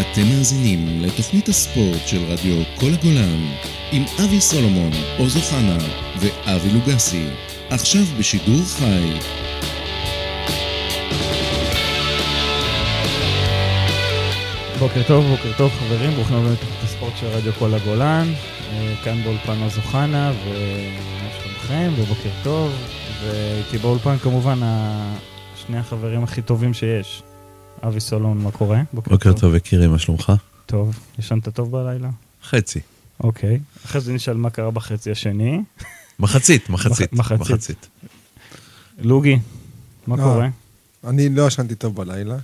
אתם מאזינים לתוכנית הספורט של רדיו כל הגולן עם אבי סולומון, עוז אוחנה ואבי לוגסי, עכשיו בשידור חי. בוקר טוב, בוקר טוב חברים, ברוכים הבאים לתוכנית הספורט של רדיו כל הגולן. אה, כאן באולפן עוז אוחנה, ומה שלומכם, ובוקר טוב. ואיתי באולפן כמובן ה- שני החברים הכי טובים שיש. אבי סולומון, מה קורה? בוקר טוב יקירי, מה שלומך? טוב, ישנת טוב בלילה? חצי. אוקיי. אחרי זה נשאל מה קרה בחצי השני. מחצית, מחצית. מח- מחצית. לוגי, מה אה. קורה? אני לא ישנתי טוב בלילה,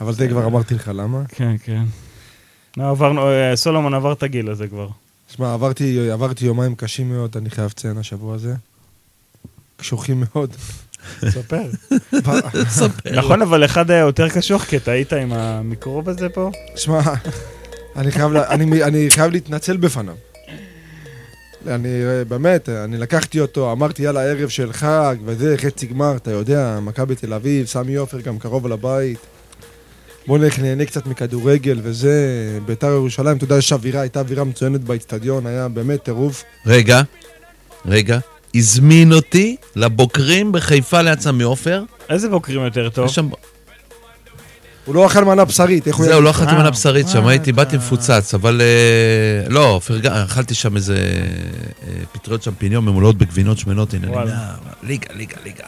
אבל זה כבר אמרתי לך למה. כן, כן. לא, עברנו, אה, סולומון עבר את הגיל הזה כבר. שמע, עברתי, עברתי יומיים קשים מאוד, אני חייב לציין השבוע הזה. קשוחים מאוד. ספר. ב- נכון, אבל אחד היה יותר קשוח, כי אתה היית עם המיקרוב הזה פה? שמע, אני חייב, לה- אני, אני חייב להתנצל בפניו. אני אה, באמת, אני לקחתי אותו, אמרתי יאללה ערב של חג וזה, חצי גמר, אתה יודע, מכבי תל אביב, סמי עופר גם קרוב לבית. בוא נלך נהנה קצת מכדורגל וזה, ביתר ירושלים, אתה יודע, יש אווירה, הייתה אווירה מצוינת באיצטדיון, היה באמת טירוף. רגע, רגע. הזמין אותי לבוקרים בחיפה ליד סמי עופר. איזה בוקרים יותר טוב? יש שם- הוא לא אכל מנה בשרית, איך הוא זהו, לא אכלתי אה, מנה בשרית שם, אה, הייתי, אתה- באתי מפוצץ, אבל... אה, לא, פרגן- אכלתי שם איזה אה, פטריות שמפיניון ממולאות בגבינות שמנות, הנה, וואלה. לא הנה, ליגה, ליגה, ליגה.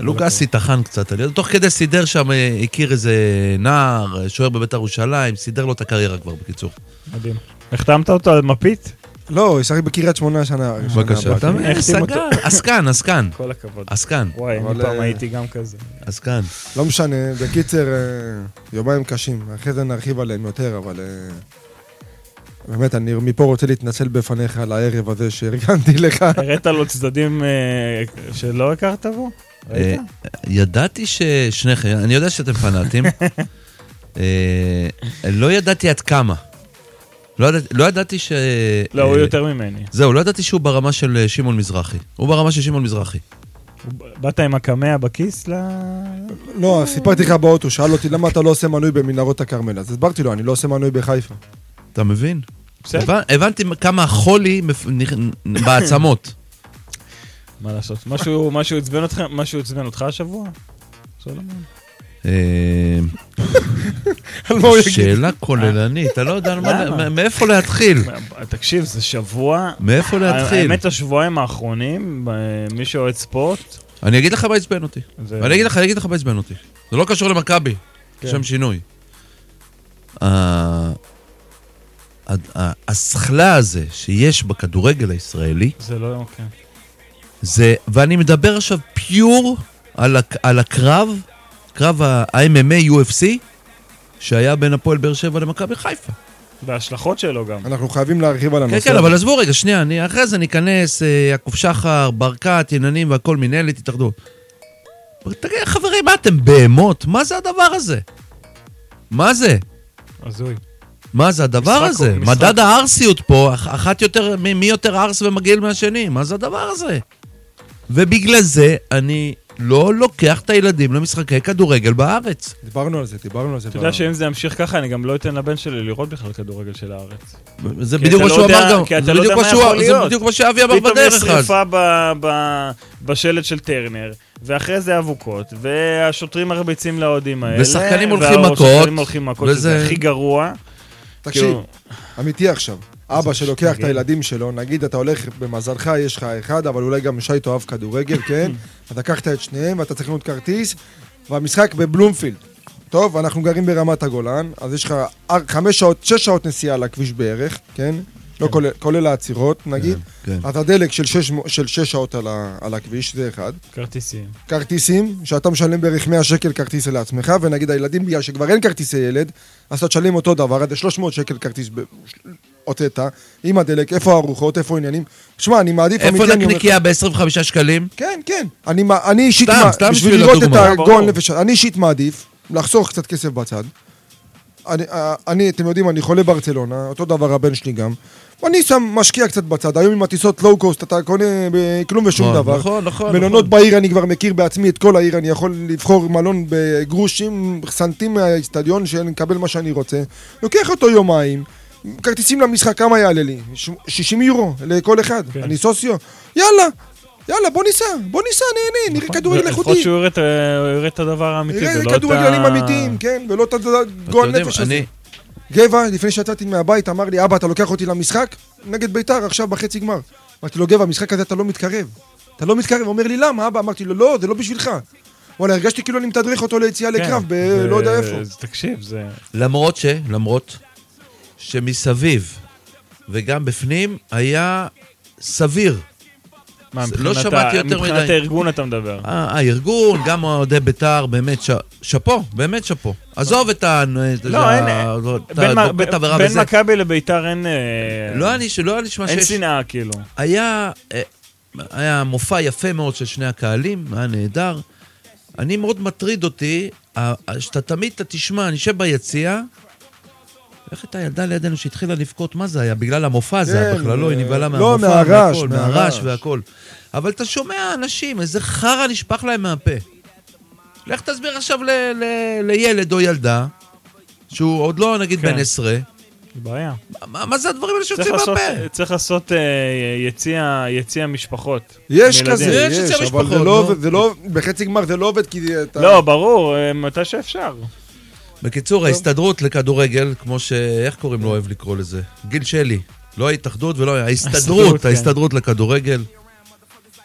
לוקאסי טחן קצת, אני- תוך כדי סידר שם, אה, הכיר איזה נער, אה, שוער בבית"ר ירושלים, סידר לו את הקריירה כבר, בקיצור. מדהים. החתמת אותו על מפית? לא, הוא ישחק בקריית שמונה שנה. שנה בבקשה. הבאה. אתה מבין? החתים אה, אותו. סגר. עסקן, עסקן, כל הכבוד. עסקן, וואי, אני אבל, פעם אה, הייתי גם כזה. עסקן. לא משנה, בקיצר, אה, יומיים קשים, אחרי זה נרחיב עליהם יותר, אבל... אה, באמת, אני מפה רוצה להתנצל בפניך על הערב הזה שארגנתי לך. הראת לו צדדים אה, שלא הכרת בו? אה, ראית? ידעתי ששניכם, אני יודע שאתם פנאטים, אה, לא ידעתי עד כמה. לא ידעתי- לא ידעתי ש... לא, הוא אה, יותר ממני. זהו, לא ידעתי שהוא ברמה של אה, שמעון מזרחי. הוא ברמה של שמעון מזרחי. באת עם הקמע בכיס ל... לא, סיפרתי לך באוטו, שאל אותי למה אתה לא עושה מנוי במנהרות הכרמל, אז הסברתי לו, אני לא עושה מנוי בחיפה. אתה מבין? בסדר, הבנ- הבנתי כמה החולי מפ- נכ- בעצמות. מה לעשות? משהו משהו עצבן אותך משהו עצבן אותך השבוע? סולומון? אה, על מה הוא יגיד? שאלה כוללנית, אתה לא יודע על מה- למה? מאיפה להתחיל. מה, תקשיב, זה שבוע... מאיפה להתחיל? האמת, השבועיים האחרונים, אה, מי שאוהד ספורט... אני אגיד לך מה עצבן אותי. זה- ואני אגיד לך, אני אגיד לך מה עצבן אותי. זה לא קשור למכבי, כן. לשם שינוי. ה- ה- ה- הזחלה הזה שיש בכדורגל הישראלי, זה לא... אוקיי. זה, ואני מדבר עכשיו פיור על, הק, על הקרב, קרב ה-MMA-UFC, שהיה בין הפועל באר שבע למכבי חיפה. וההשלכות שלו גם. אה. אנחנו חייבים להרחיב על כן, הנושא. כן, אבל עזבו רגע, שנייה, אני, אחרי זה ניכנס, אה, יעקב שחר, ברקת, עניינים והכל מינהלת, התאחדות. תגיד, חברים, מה אתם בהמות? מה זה הדבר הזה? מה זה? הזוי. מה זה הדבר משחק- הזה? משחק- מדד הערסיות פה, אח- אחת יותר, מי מי יותר ערס ומגעיל מהשני? מה זה הדבר הזה? ובגלל זה אני לא לוקח את הילדים למשחקי כדורגל בארץ. דיברנו על זה, דיברנו על זה. אתה אה. יודע שאם זה ימשיך ככה, אני גם לא אתן לבן שלי לראות בכלל כדורגל של הארץ. זה כי בדיוק אתה מה לא שהוא יודע- אמר גם. כי אתה זה לא בדיוק יודע מה מה שהוא- יכול זה להיות. בדיוק מה שאבי אמר פתאום יש בדרך אז. שריפה ב- ב- בשלט של טרנר, ואחרי זה אבוקות, והשוטרים מרביצים לאוהדים האלה. ושחקנים הולכים מכות, והשחקנים הולכים מכות, שזה וזה- הכי גרוע. תקשיב, כאילו, אמיתי עכשיו. אבא שלוקח את מתנגד. הילדים שלו, נגיד אתה הולך, במזלך יש לך אחד, אבל אולי גם שי תאהב כדורגל, כן? אז לקחת את שניהם ואתה צריך לקנות כרטיס, והמשחק בבלומפילד. טוב, אנחנו גרים ברמת הגולן, אז יש לך אר- חמש שעות, שש שעות נסיעה על הכביש בערך, כן? לא כולל- כולל העצירות, נגיד. כן. אז הדלק של שש מ- של שש שעות על ה- על הכביש, זה אחד. כרטיסים. כרטיסים, שאתה משלם בערך 100 שקל כרטיס לעצמך, ונגיד הילדים, בגלל שכבר אין כרטיסי ילד, אז אתה תשלם אותו דבר, עד 300 שקל כרטיס ב- הוצאת, עם הדלק, איפה הארוחות, איפה העניינים. שמע, אני מעדיף... איפה אמיתי, אני אומר נקניקייה ב-25 שקלים? לך- כן, כן. אני מע- אני אישית... סתם, מע- סתם בשביל בשביל לראות את הדוגמה. הגועל ברור. נפש, אני אישית מעדיף לחסוך קצת כסף בצד, אני, אה, אני, אתם יודעים, אני חולה ברצלונה, אותו דבר הבן שלי גם. ואני שם, משקיע קצת בצד. היום עם הטיסות לואו-קוסט אתה קונה ב- כלום ושום נכון, דבר. נכון, נכון. מלונות בעיר אני כבר מכיר בעצמי את כל העיר, אני יכול לבחור מלון בגרושים, סנטים מהאיצטדיון, שאני מקבל מה שאני רוצה. לוקח אותו יומיים, כרטיסים למשחק, כמה יעלה לי? ש- 60 יורו לכל אחד, כן. אני סוציו, יאללה, יאללה בוא ניסע, בוא ניסע, נהנה, נראה נכון. כדורגל לפחות איכותי. שהוא יראה את ה- הוא יראה את הדבר האמיתי, לא נראה ולא את ה... אה, כדורגלנים אמיתיים, כן, ולא את אתם הגועל יודעים, נפש הזה. אני... גבע, לפני שיצאתי מהבית, אמר לי, אבא, אתה לוקח אותי למשחק? נגד ביתר, עכשיו בחצי גמר. אמרתי לו, גבע, המשחק הזה אתה לא מתקרב. אתה לא מתקרב, הוא אומר לי, למה, אבא? אמרתי לו, לא, זה לא בשבילך. וואלה, הרגשתי כאילו אני מתדרך אותו ליציאה כן, לקרב, זה- בלא לא יודע איפה. זה- תקשיב, זה... למרות ש... למרות שמסביב וגם בפנים היה סביר. מה, זה- לא מבחינת ה- שמעתי יותר מבחינת מדי. הארגון אתה מדבר. אה, הארגון, גם אוהדי בית"ר, באמת ש... שאפו, באמת שאפו. עזוב את ה... את לא, ה- אין- את בין מ- הבקבוק אה, תבערה בין וזה. מכבי לביתר אין... אה, לא היה נש- לא היה נשמע אין שיש... שנאה, כאילו. היה, אה, היה מופע יפה מאוד של שני הקהלים, היה נהדר. אני מאוד מטריד אותי, ה- ה- שאתה תמיד, אתה תשמע, אני יושב ביציע, איך הייתה ילדה לידינו שהתחילה לבכות, מה זה היה? בגלל המופע הזה, כן, היה בכלל לא, היא אה, נבהלה לא, מהמופע, מהרעש, מהכל, מהרעש. מהרעש והכל. אבל אתה שומע אנשים, איזה חרא נשפך להם מהפה. לך תסביר עכשיו ל- ל- לילד או ילדה, שהוא עוד לא נגיד כן. בן עשרה, זה בעיה. מה- מה זה הדברים האלה צריך שיוצאים לעשות, מהפה? צריך לעשות אה, יציע, יציע משפחות. יש עם כזה, ילדים. יש יש, אצל אבל זה המשפחות, לא נו. עובד, זה לא עובד, בחצי גמר זה לא עובד כי אתה... לא, ברור, אה, מתי שאפשר. בקיצור, ההסתדרות לכדורגל, כמו ש... איך קוראים לו אוהב לקרוא לזה? גיל שלי. לא ההתאחדות ולא... ההסתדרות, ההסתדרות, כן. ההסתדרות לכדורגל.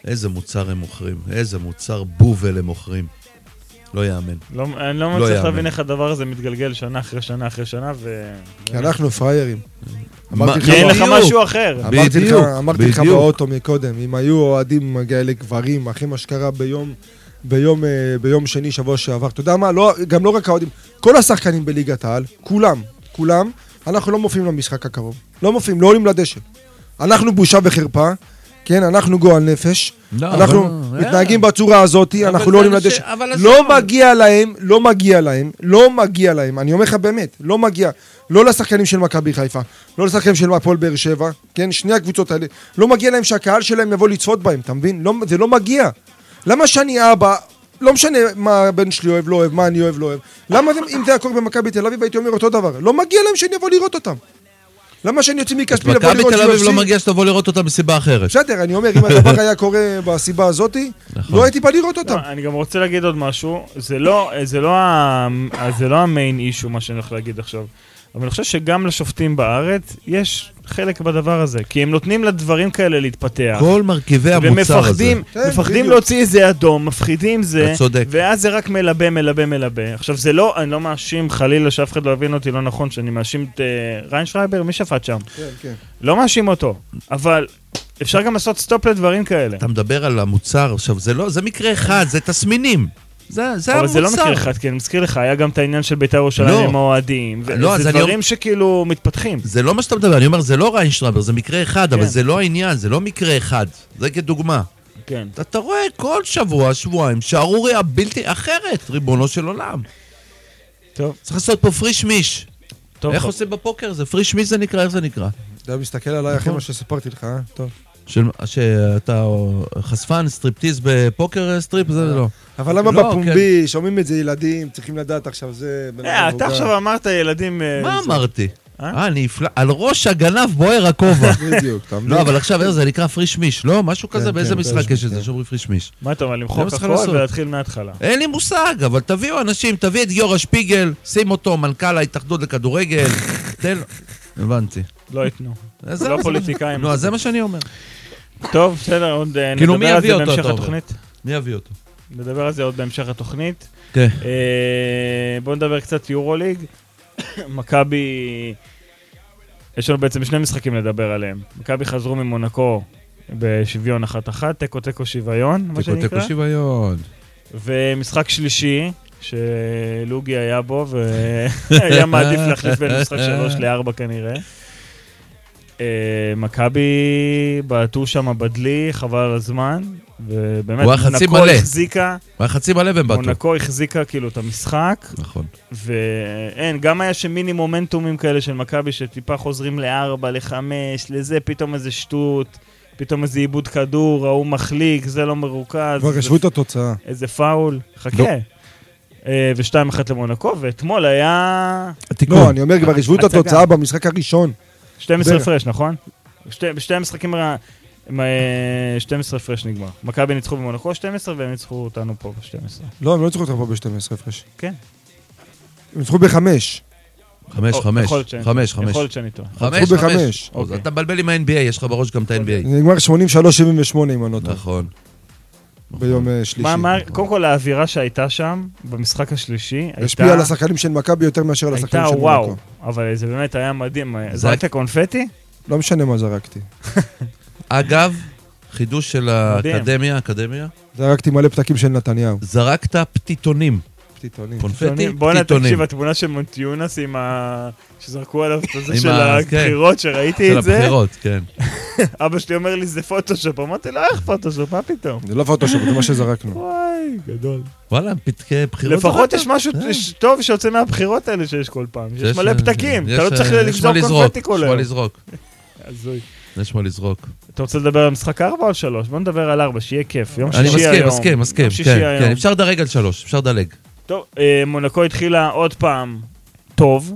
איזה מוצר הם מוכרים, איזה מוצר בובל הם מוכרים. לא יאמן. לא, אני לא לא מצליח יאמן. להבין איך הדבר הזה מתגלגל שנה אחרי שנה אחרי שנה, ו... כי אנחנו פראיירים. אמרתי מה- לא. כי אין לך בדיוק. משהו אחר. אמרתי לך, בדיוק, אמרתי לך בדיוק. באוטו מקודם, אם היו אוהדים כאלה גברים, אחרי מה שקרה ביום, ביום, אה, ביום שני שבוע שעבר, אתה יודע מה, לא, גם לא רק האוהדים, כל השחקנים בליגת העל, כולם, כולם, אנחנו לא מופיעים למשחק הקרוב. לא מופיעים, לא עולים לדשא. אנחנו בושה וחרפה, כן, אנחנו גועל נפש, לא, אנחנו אבל- אה. מתנהגים בצורה הזאת, אבל אנחנו זה לא עולים אנשים- לדשא. אבל עזוב. לא מגיע להם, לא מגיע להם, לא מגיע להם, אני אומר לך באמת, לא מגיע. לא לשחקנים של מכבי חיפה, לא לשחקנים של הפועל באר שבע, כן? שני הקבוצות האלה. לא מגיע להם שהקהל שלהם יבוא לצפות בהם, אתה מבין? לא, זה לא מגיע. למה שאני אבא, לא משנה מה הבן שלי אוהב, לא אוהב, מה אני אוהב, לא אוהב. למה זה, אם זה היה קורה במכבי תל אביב, הייתי אומר אותו דבר. לא מגיע להם שאני אבוא לראות אותם. למה שאני אוציא מכספי לבוא מכבי לראות תל אביב UFC? לא מגיע שתבוא לראות אותה מסיבה אחרת. בסדר, אני אומר, אם הדבר היה קורה בסיבה הזאתי, נכון. לא הייתי בא לראות אותם. לא, אני גם רוצה להגיד עוד משהו, זה לא, זה לא, ה- זה לא המיין אישו מה שאני הולך להגיד עכשיו, אבל אני חושב שגם לשופטים בארץ יש חלק בדבר הזה, כי הם נותנים לדברים כאלה להתפתח. כל מרכיבי המוצר הזה. ומפחדים, כן, מפחדים בדיוק. להוציא איזה אדום, מפחידים זה, אתה צודק. ואז זה רק מלבה, מלבה, מלבה. עכשיו זה לא, אני לא מאשים חלילה שאף אחד לא יבין אותי לא נכון, שאני מאשים את uh, ריין שרייבר, מי שפט שם? כן, כן. לא מאשים אותו, אבל אפשר גם לעשות סטופ לדברים כאלה. אתה מדבר על המוצר, עכשיו זה לא, זה מקרה אחד, זה תסמינים. זה זה המוצר. אבל זה לא מקרה אחד, כי אני מזכיר לך, היה גם את העניין של בית"ר ירושלים לא. עם האוהדים. ו- לא, אז זה אני- דברים שכאילו מתפתחים. זה לא מה שאתה מדבר, אני אומר, זה לא ריינשטראבר, זה מקרה אחד, אבל כן. זה לא העניין, זה לא מקרה אחד. זה כדוגמה. כן. אתה- אתה רואה כל שבוע, שבועיים, שערוריה בלתי אחרת, ריבונו של עולם. טוב, צריך לעשות פה פריש מיש. טוב. איך חב- עושים בפוקר זה? פריש מיש זה נקרא, איך זה נקרא? אתה מסתכל עליי נכון. אחרי מה שסיפרתי לך, אה? טוב. של- שאתה או, חשפן, סטריפטיז בפוקר אה, סטריפ? זה לא. אבל למה לא, בפומבי, שומעים את זה ילדים, צריכים לדעת עכשיו זה... בן אה, אדם אתה מבוגר. עכשיו אמרת ילדים... אה, מה זה- אמרתי? אה? אה, אני אפלא... על ראש הגנב בוער הכובע. בדיוק, אתה מבין? לא, אבל עכשיו, איך זה נקרא פריש מיש, לא? משהו כזה, כן, באיזה כן, פריש משחק מיש, יש את זה כן. שאומרים פריש מיש? מה אתה אומר, זה למחוק מה שצריך הכל לעשות. ולהתחיל מההתחלה. אין לי מושג, אבל תביאו אנשים, תביא את גיורא שפיגל, שים אותו מנכ"ל ההתאחדות לכדורגל, תן... לו- הבנתי. לא ייתנו. אז זה לא מה- פוליטיקאים. נו, אז זה מה שאני אומר. טוב, בסדר, עוד אה, כאילו, מי נדבר על יביא זה אותו, בהמשך אתה אומר? התוכנית. מי יביא אותו? נדבר על זה עוד בהמשך התוכנית. כן. אה, בואו נדבר קצת יורוליג. מכבי... יש לנו בעצם שני משחקים לדבר עליהם. מכבי חזרו ממונקו בשוויון אחת אחת, תיקו תיקו שוויון, מה תיקו שנקרא. תיקו שוויון. ומשחק שלישי, שלוגי היה בו, והיה מעדיף להחליף בין משחק שלוש לארבע כנראה. אה, מכבי בעטו שם בדלי, חבל על הזמן, ובאמת, הוא היה חצי מונקו מלא. החזיקה, היה חצי בלב הם בעטו. מונקו החזיקה כאילו את המשחק, נכון. ואין, גם היה שם מיני מומנטומים כאלה של מכבי, שטיפה חוזרים לארבע, לחמש, לזה, פתאום איזה שטות, פתאום איזה עיבוד כדור, ההוא מחליק, זה לא מרוכז. כבר זה ישבו את התוצאה. איזה פאול, חכה. לא. אה, ושתיים אחת למונקו, ואתמול היה לא, אני אומר, כבר ישבו את הצגה. התוצאה במשחק הראשון. 12 דרך. הפרש, נכון? שתי- בשתי המשחקים, הרע- עם, אה, 12 הפרש נגמר. מכבי ניצחו במונקו 12, והם ניצחו אותנו פה ב-12. לא, הם לא ניצחו אותך פה ב-12 הפרש. כן. הם ניצחו בחמש. חמש, או, חמש. יכול להיות שאני- חמש, חמש. יכול להיות שאני טועה. חמש, ניצחו חמש. בחמש. אז אוקיי. אתה מבלבל עם ה-NBA, יש לך בראש גם את ה-NBA. זה נגמר 83-78 אם אני לא טועה, נכון. ביום אה, שלישי. מה, מה, קודם כל האווירה שהייתה שם, במשחק השלישי, הייתה... השפיע על השחקנים של מכבי יותר מאשר על השחקנים הייתה של וואו, מונקו. אבל זה באמת היה מדהים. זה זרקת קונפטי? לא משנה מה זרקתי. אגב, חידוש של מדהים. האקדמיה, אקדמיה, זרקתי מלא פתקים של נתניהו. זרקת פתיתונים. פתיתונים. קונפטי, בואנה, פתיתונים. תקשיב, התמונה של מונטיונס עם ה... שזרקו עליו את זה עם של ה- כן. הבחירות, שראיתי את של זה, הבחירות, כן. אבא שלי אומר לי, זה פוטושופ. אמרתי לו, "אה, איך פוטושופ, מה פתאום? זה לא פוטושופ, זה מה שזרקנו. וואי, גדול. וואלה, פתקי בחירות. לפחות זרקת? יש משהו כן. יש טוב שיוצא מהבחירות האלה שיש כל פעם. יש שיש, מלא אה, פתקים, אתה יש, לא צריך אה, לגזור יש מה קונפטי לזרוק, כל יש מה היום. לזרוק. הזוי. יש מה לזרוק. אתה רוצה לדבר על משחק 4 או 3? בוא נדבר על 4, שיהיה כיף. יום אני שישי היום. מסכים, מסכים, מסכים. יום שישי כן, כן, היום. אפשר לדרג על שלוש, אפשר לדלג. טוב, אה, מונקו התחילה עוד פעם טוב,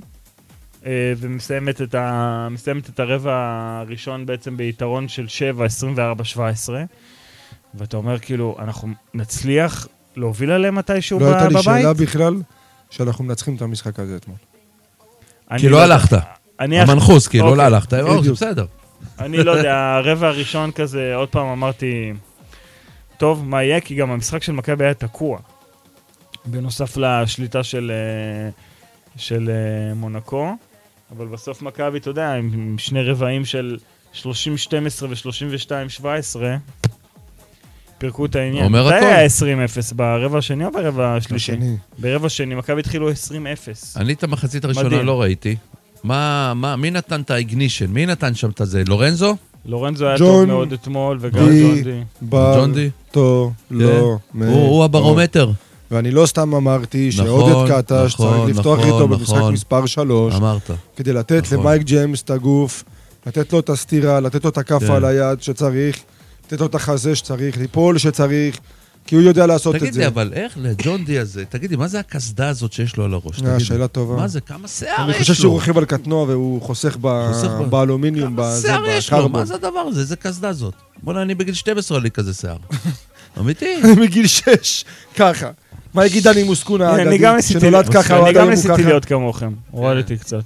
אה, ומסיימת את, ה... מסיימת את הרבע הראשון בעצם ביתרון של 7, 24, 17, ואתה אומר כאילו, אנחנו נצליח להוביל עליהם מתישהו לא ב- הייתה לי בבית? שאלה בכלל שאנחנו מנצחים את המשחק הזה אתמול. אני כי לא הלכת. אני, המנחוס, כי לא אוקיי. הלכת. אה, בדיוק. זה בסדר. אני לא יודע, הרבע הראשון כזה, עוד פעם אמרתי, טוב, מה יהיה? כי גם המשחק של מכבי היה תקוע. בנוסף לשליטה של, אה, של אה, מונקו, אבל בסוף מכבי, אתה יודע, עם עם שני רבעים של 30-12 ו-32-17, פירקו את העניין. אומר מתי הכל. היה 20-0? ברבע השני או ברבע השלישי? השני. ברבע השני, מכבי התחילו 20-0. אני את המחצית הראשונה מדהים. לא ראיתי. מה, מה, מי נתן את האיגנישן? מי נתן שם את הזה? לורנזו? לורנזו היה טוב ג'ון מאוד אתמול, וגם די. ג'ון די. ג'ון די? ברטו, לא. כן. הוא הוא הברומטר. ואני לא סתם אמרתי נכון, שעודד קטש נכון, צריך לפתוח נכון, איתו במשחק נכון. מספר 3, אמרת. כדי לתת נכון. למייק ג'יימס את הגוף, לתת לו את הסטירה, לתת לו את כן. הכאפה על היד שצריך, לתת לו את החזה שצריך, ליפול שצריך, כי הוא יודע לעשות את תגיד לי, זה. אבל איך לג'ון די הזה, תגיד לי, מה זה הקסדה הזאת שיש לו על הראש? תגיד אה, לי. שאלה טובה. מה זה, כמה שיער אני חושב יש שהוא לו? רוכב על קטנוע והוא חוסך ב- חוסך ב- באלומיניום, כמה בזה, שיער יש לו? בקרבון. מה זה הדבר הזה? איזה קסדה זאת? בוא'נה, אני בגיל 12 היה לי כזה שיער. אמיתי? מגיל 6, ככה. מה יגיד דני מוסקונה הנה, אני האגדי, גם ניסיתי להיות- שנולד ככה, הוא אני עד גם היום הוא ניסיתי ככה? להיות כמוכם, הורדתי קצת.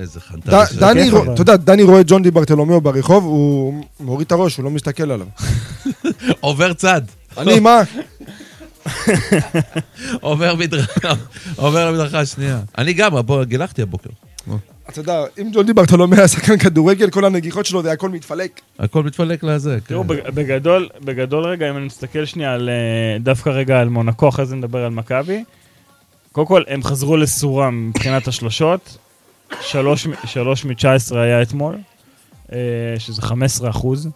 איזה חנטה. ד- זה. דני, כיף, רוא- אבל. אתה יודע, דני רואה את ג'ון די ברטולומיאו ברחוב, הוא מוריד את הראש, הוא לא מסתכל עליו. עובר צד. אני, מה? עובר מדרכה, עובר למדרכה השנייה. אני גם, בוא, גילחתי הבוקר. אתה יודע, אם ג'ון די ברטולומיאו היה שחקן כדורגל, כל הנגיחות שלו זה הכל מתפלק. הכל מתפלק לזה. כן. תראו, בג- בגדול, בגדול רגע, אם אני מסתכל שנייה על, אה, דווקא רגע על מונקו, אחרי זה נדבר על מכבי. קודם כל, הם חזרו לסורם מבחינת השלושות. שלוש מ- שלוש מ-19 היה אתמול, אה, שזה 15 אחוז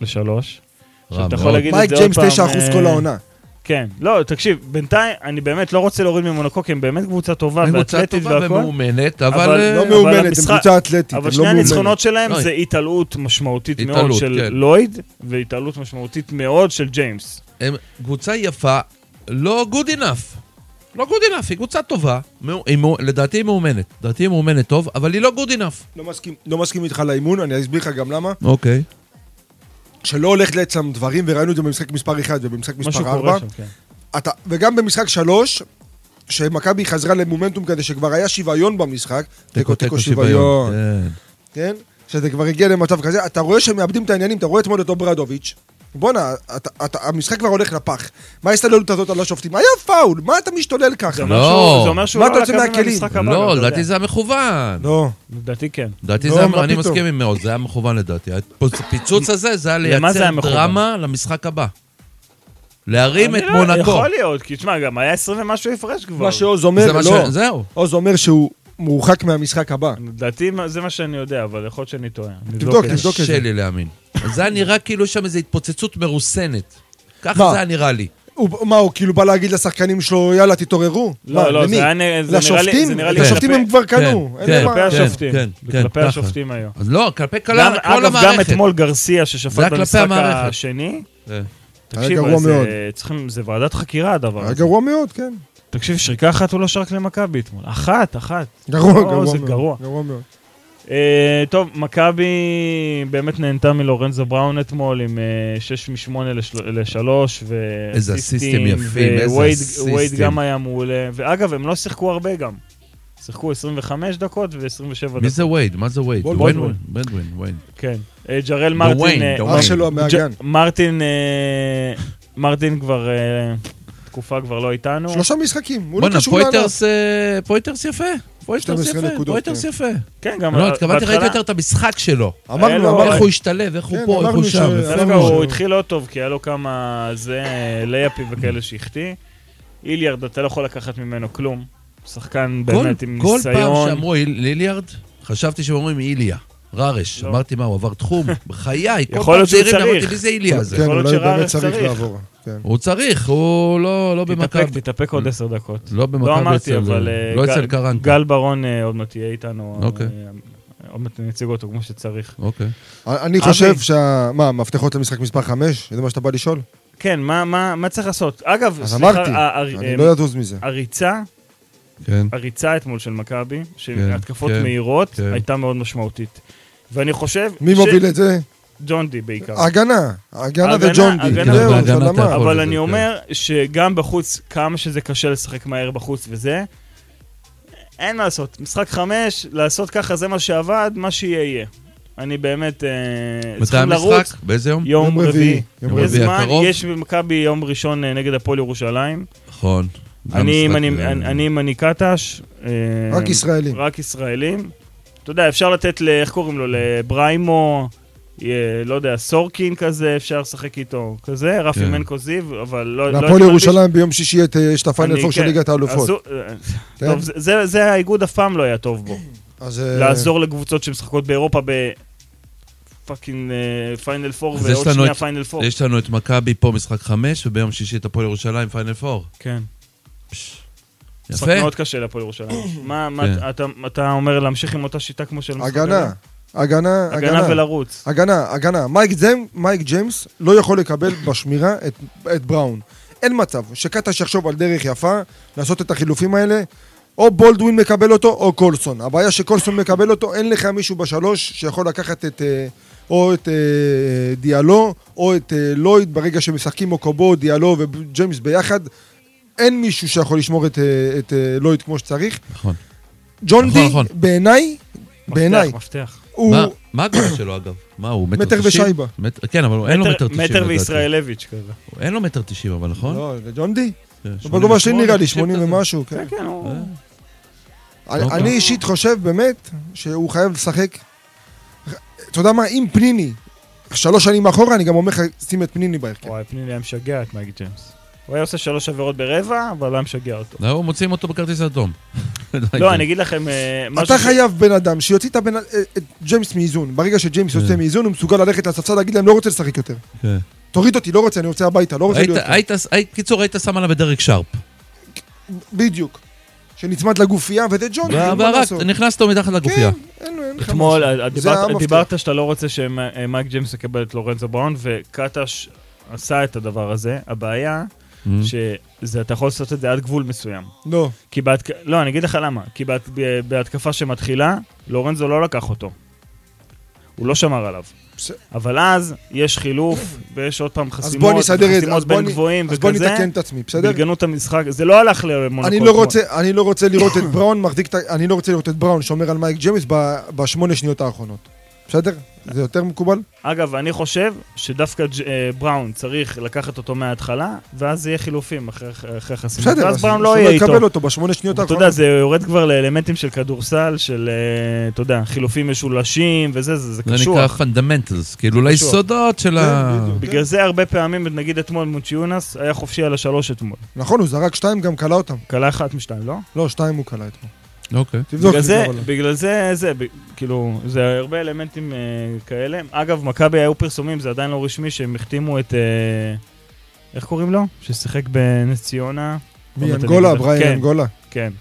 לשלוש. עכשיו, רע אתה יכול מאוד. להגיד את מייק זה עוד ג'יימס פעם... 9% כל אה, העונה. כן. לא, תקשיב, בינתיים, אני באמת לא רוצה להוריד ממונקו, כי הם באמת קבוצה טובה הם קבוצה ואתלטית טובה והכל. ומאומנת, אבל- אבל... אה, לא אבל מאומנת, הם המשחק- קבוצה אתלטית, הם אבל לא שני מאומנת. הניצחונות שלהם לא, זה התעלות משמעותית מאוד התעלות, של כן. לויד, והתעלות משמעותית מאוד של ג'יימס. הם קבוצה יפה, לא good enough. לא good enough, היא קבוצה טובה. מאו- היא מאו- לדעתי היא מאומנת. לדעתי היא מאומנת טוב, אבל היא לא good enough. לא מסכים- לא מסכים איתך לאימון, אני אסביר לך גם למה. אוקיי. שלא הולך לעצם דברים, וראינו את זה במשחק מספר 1 ובמשחק משהו מספר 4. קורה שם, כן. אתה, וגם במשחק שלוש, שמכבי חזרה למומנטום כזה שכבר היה שוויון במשחק, תיקו תיקו שוויון, כן? שזה כבר הגיע למצב כזה, אתה רואה שהם מאבדים את העניינים, אתה רואה אתמול את אוברדוביץ', בואנה, אתה- אתה- המשחק כבר הולך לפח. מה ההסתדלות הזאת על השופטים? היה פאול, מה אתה משתולל זה ככה? אומר לא. שהוא- זה אומר שהוא מה לא אתה רוצה לקח מהכלים? מהמשחק הבא, לא, אתה לדעתי יודע. זה המכוון. לא. לדעתי כן. לדעתי לא, זה, מה אני פתאום? מסכים עם מאוד, זה היה מכוון לדעתי. הפוצ- הפיצוץ הזה, זה היה למה זה לייצר היה מכוון? דרמה למשחק הבא. להרים אני את לא- מונקו. יכול להיות, כי תשמע, גם היה 20 ומשהו הפרש כבר. מה שעוז זה אומר, מה ש- לא. זהו. עוז אומר שהוא מורחק מהמשחק הבא. לדעתי מה- זה מה שאני יודע, אבל יכול להיות שאני טועה. לא נבדוק תבדוק, את זה. תבדוק את זה. קשה לי להאמין. זה היה נראה כאילו יש שם איזו התפוצצות מרוסנת. ככה מה? זה היה נראה לי. הוא- מה, הוא כאילו בא להגיד לשחקנים שלו, יאללה, תתעוררו? מה, לא, לא, למי? זה היה נראה- זה נראה לי... לשופטים? זה נראה לי לשופטים כלפי- הם כבר קנו. כן, אין להם כן. כלפי מה- השופטים. כן, זה כן, כלפי ככה. השופטים היו. אז לא, כלפי גם- כלל, כל אגב, גם המערכת. אתמול גרסיה זה היה ששפט כלפי במשחק המערכת. השני, זה. היה תקשיב, גרוע זה- מאוד. צריכים- זה ועדת חקירה הדבר היה הזה. גרוע מאוד, כן. תקשיב, שריקה אחת הוא לא שרק למכבי אתמול. אחת, אחת. גרוע, לא, גרוע זה מאוד. גרוע. אה, גרוע מאוד. אה, טוב, מכבי באמת נהנתה מלורנזו בראון אתמול עם אה, 6 מ-8 ל-3 ו... איזה אסיסטים יפים, איזה אסיסטים. ווייד גם היה מעולה. ואגב, הם לא שיחקו הרבה גם. שיחקו 25 דקות ו-27 דקות. מי זה וייד? מה זה וייד? בולדווין. ווין ווין. ווין. כן. אה, ג'רל מרטין... וויין, אה, דה אח שלו המעגן. ג'- מרטין... אה, מרטין כבר... אה, תקופה כבר לא איתנו. שלושה משחקים, הוא לא בואנה, קשור לענף. פויטרס אה, פויטרס יפה. פויטרס 12 יפה. נקודות, פויטרס כן. יפה. כן, גם... לא, התכוונתי בהתחלה- ראיתי יותר את המשחק שלו. היה אמרנו, לו- אמרנו. איך הוא השתלב, איך הוא כן, פה, איך הוא אמרנו שם. ש- יפה דווקא מאוד. הוא שהוא- התחיל לא טוב, כי היה לו כמה זה לייפים וכאלה שהחטיא. איליארד, אתה לא יכול לקחת ממנו כלום. שחקן כל- באמת עם כל פעם ניסיון. שאמרו איל- ליליארד, חשבתי שהם אומרים איליה. ררש. לא. אמרתי, מה, הוא עבר תחום? בחיי, כל יכול פעם להיות שהוא צעירים, אמרתי, צריך. מי זה איליה הזה? כן, יכול להיות אולי שרר באמת צריך צריך. לעבור. כן. הוא צריך, הוא לא לא תתאפק, במכבי. תתאפק עוד עשר דקות. לא לא במכבי אמרתי, אצל... אבל... אה, לא גל- אצל קרנקה. גל ברון אה, עוד מעט יהיה איתנו. אוקיי. אה, עוד מעט נציג אותו כמו שצריך. אוקיי. אני חושב שה... מה, המפתחות למשחק מספר 5? זה מה שאתה בא לשאול? כן, מה- מה מה צריך לעשות? אגב, אז סליחה, אמרתי, ה- ה- אני אה, לא יזוז מזה. הריצה, כן. הריצה אתמול של מכבי, של כן, התקפות כן, מהירות, כן. הייתה מאוד משמעותית. ואני חושב... מי ש- מוביל את זה? ג'ון די בעיקר. אה, הגנה. הגנה הגנה, וג'ונדי. הגנה. זהו, בהגנה שלמה. אתה יכול. אבל לזה, אני כן. אומר שגם בחוץ, כמה שזה קשה לשחק מהר בחוץ וזה, אין מה לעשות. משחק חמש, לעשות ככה זה מה שעבד, מה שיהיה יהיה. אני באמת... אה, מתי צריכים לרוץ. המשחק? באיזה יום? יום רביעי. יום יש רביעי. רביעי זמן, הקרוב? יש במכבי יום ראשון אה, נגד הפועל ירושלים. נכון. זה אני עם המשחק, אני- אה, אני עם אני קטש. אה, רק ישראלים. רק ישראלים. אתה יודע, אפשר לתת ל... איך קוראים לו? לבריימו, אה, לא יודע, סורקין כזה, אפשר לשחק איתו. כזה, רפי כן. מנקו זיו, אבל לא... לא להפועל הייתי ירושלים ביום שישי את, אה, יש את אני- הפיינל פור של כן. ליגת מרגיש- האלופות. עשו- אה, כן? טוב, זה- זה- זה האיגוד אף פעם לא היה טוב בו. אז, אה, לעזור לקבוצות שמשחקות באירופה ב... פאקינג אה, פיינל פור אז יש ועוד לנו שנייה את- פיינל פור. יש לנו את מכבי פה משחק חמש, וביום שישי את הפועל ירושלים פיינל פור. כן. משחק יפה. מאוד קשה להפועל ירושלים. מה, מה- כן. אתה- אתה אומר להמשיך עם אותה שיטה כמו של... המשחק הגנה. הזה? הגנה, אה, הגנה הגנה. ולרוץ. הגנה, הגנה. מייק ג'יימס- מייק ג'יימס לא יכול לקבל בשמירה את, את בראון. אין מצב שקטש יחשוב על דרך יפה לעשות את החילופים האלה. או בולדווין מקבל אותו, או קולסון. הבעיה שקולסון מקבל אותו, אין לך מישהו בשלוש שיכול לקחת את... אה, או את אה, דיאלו, או את אה, לויד, ברגע שמשחקים אוקובו, דיאלו וג'יימס ביחד, אין מישהו שיכול לשמור את, אה, את אה, לויד כמו שצריך. נכון. ג'ון נכון, די, נכון. בעיניי, בעיניי, מפתח, מפתח. הוא... מה- נכון. מה הגובה שלו אגב? מה הוא? מטר תשעים? ושייבה. מטר- כן, אבל הוא- אין לו מטר מטר- תשעים. מטר לדעתי. וישראלביץ' כזה. אין לו מטר תשעים, אבל נכון? לא, לג'ון די. כן, הוא בגובה שלי 88, נראה לי, 90 80 כזה. ומשהו, כן. כן, הוא... אה? אני אוקיי. אני אישית חושב באמת שהוא חייב לשחק. אתה יודע מה, אם פניני, שלוש שנים אחורה, אני גם אומר לך, שים את פניני כן. בהרכב. כן. וואי, פניני היה משגע את מייק ג'יימס. הוא היה עושה שלוש עבירות ברבע, אבל היה משגע אותו. לא, מוצאים אותו בכרטיס אדום. לא, אני אגיד לכם אה, משהו... אתה חייב בן אדם שיוציא את הבן- את ג'יימס מאיזון. ברגע שג'יימס יוצא מאיזון, הוא מסוגל ללכת לספסל להגיד להם, לא רוצה לשחק יותר. כן. תוריד אותי, לא רוצה, אני רוצה הביתה, לא רוצה היית- להיות... פה." היית, היית- קיצור, היית שם עליו את דרק שרפ. כן, בדיוק. שנצמד לגופייה, וזה ג'ון, אין מה והרק, לעשות. נכנסת לו מתחת לגופייה. כן, אין לו- אין לך אתמול משהו. אה, דיברת- זה המפתח. דיברת שאתה לא רוצה שמייק ג'יימס יקבל את לורנזו בראון, וקטש עשה את הדבר הזה. הבעיה, Mm. שאתה יכול לעשות את זה עד גבול מסוים. לא. כי בהתק... לא, אני אגיד לך למה. כי בהת... ב- בהתקפה שמתחילה, לורנזו לא לקח אותו. הוא לא שמר עליו. בס- אבל אז יש חילוף, ויש עוד פעם אז חסימות, בוא נסדר את זה, אז חסימות בוא בין אני- גבוהים אז וכזה. בוא נתקן את עצמי, בסדר? בלגנו את המשחק, זה לא הלך למונקו. אני לא, רוצה, אני לא רוצה לראות את בראון מחזיק את ה... אני לא רוצה לראות את בראון שומר על מייק ג'יימס ב- בשמונה שניות האחרונות. בסדר? זה יותר מקובל? אגב, אני חושב שדווקא ג'- אה, בראון צריך לקחת אותו מההתחלה, ואז יהיה חילופים אחרי אחרי החסימות. בסדר, ואז בראון אז לא שהוא יהיה איתו. יקבל אותו בשמונה שניות אתה יודע, האחרונות. זה יורד כבר לאלמנטים של כדורסל, של, אה, אתה יודע, חילופים משולשים וזה, זה זה זה קשוח. נקרא פונדמנטלס, כאילו ליסודות של ה... כן, בדיוק. בגלל זה הרבה פעמים, נגיד אתמול מונצ'יונס, היה חופשי על השלוש אתמול. נכון, הוא זרק שתיים, גם כלה אותם. קלה אחת משתיים, לא? לא, שתיים הוא כלה אתמול. אוקיי. תבדוק. בגלל זה, תבדוק, אבל- בגלל זה, זה, ב- כאילו, זה הרבה אלמנטים אה, כאלה. אגב, מכבי היו פרסומים, זה עדיין לא רשמי, שהם החתימו את... אה, איך קוראים לו? ששיחק בנס ציונה. עוד מעט אני מאנגולה, אגיד לך. בריין כן, אנגולה. כן.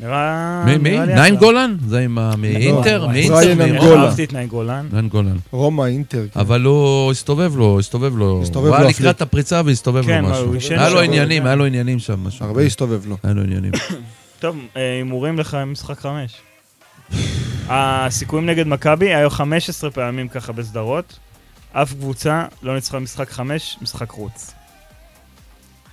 נראה... מי, מי? נראה לי נעים אחלה. גולן? זה עם ה... מאינטר? לא, בריין מאינטר? איך מאינטר? אנגולה. אהבתי את נעים גולן. נעים גולן. רומא, אינטר. כן. אבל הוא הסתובב לו, הסתובב לו. הסתובב הוא לו היה הפליק. לקראת הפריצה והסתובב כן, לו מה, הוא משהו. עישן היה לו שם. עניינים, היה לו עניינים שם משהו. הרבה הסתובב לו. היה לו עניינים. טוב, אה, הימורים לך משחק חמש. הסיכויים נגד מכבי היו 15 פעמים ככה בסדרות. אף קבוצה לא ניצחה משחק חמש, משחק חוץ.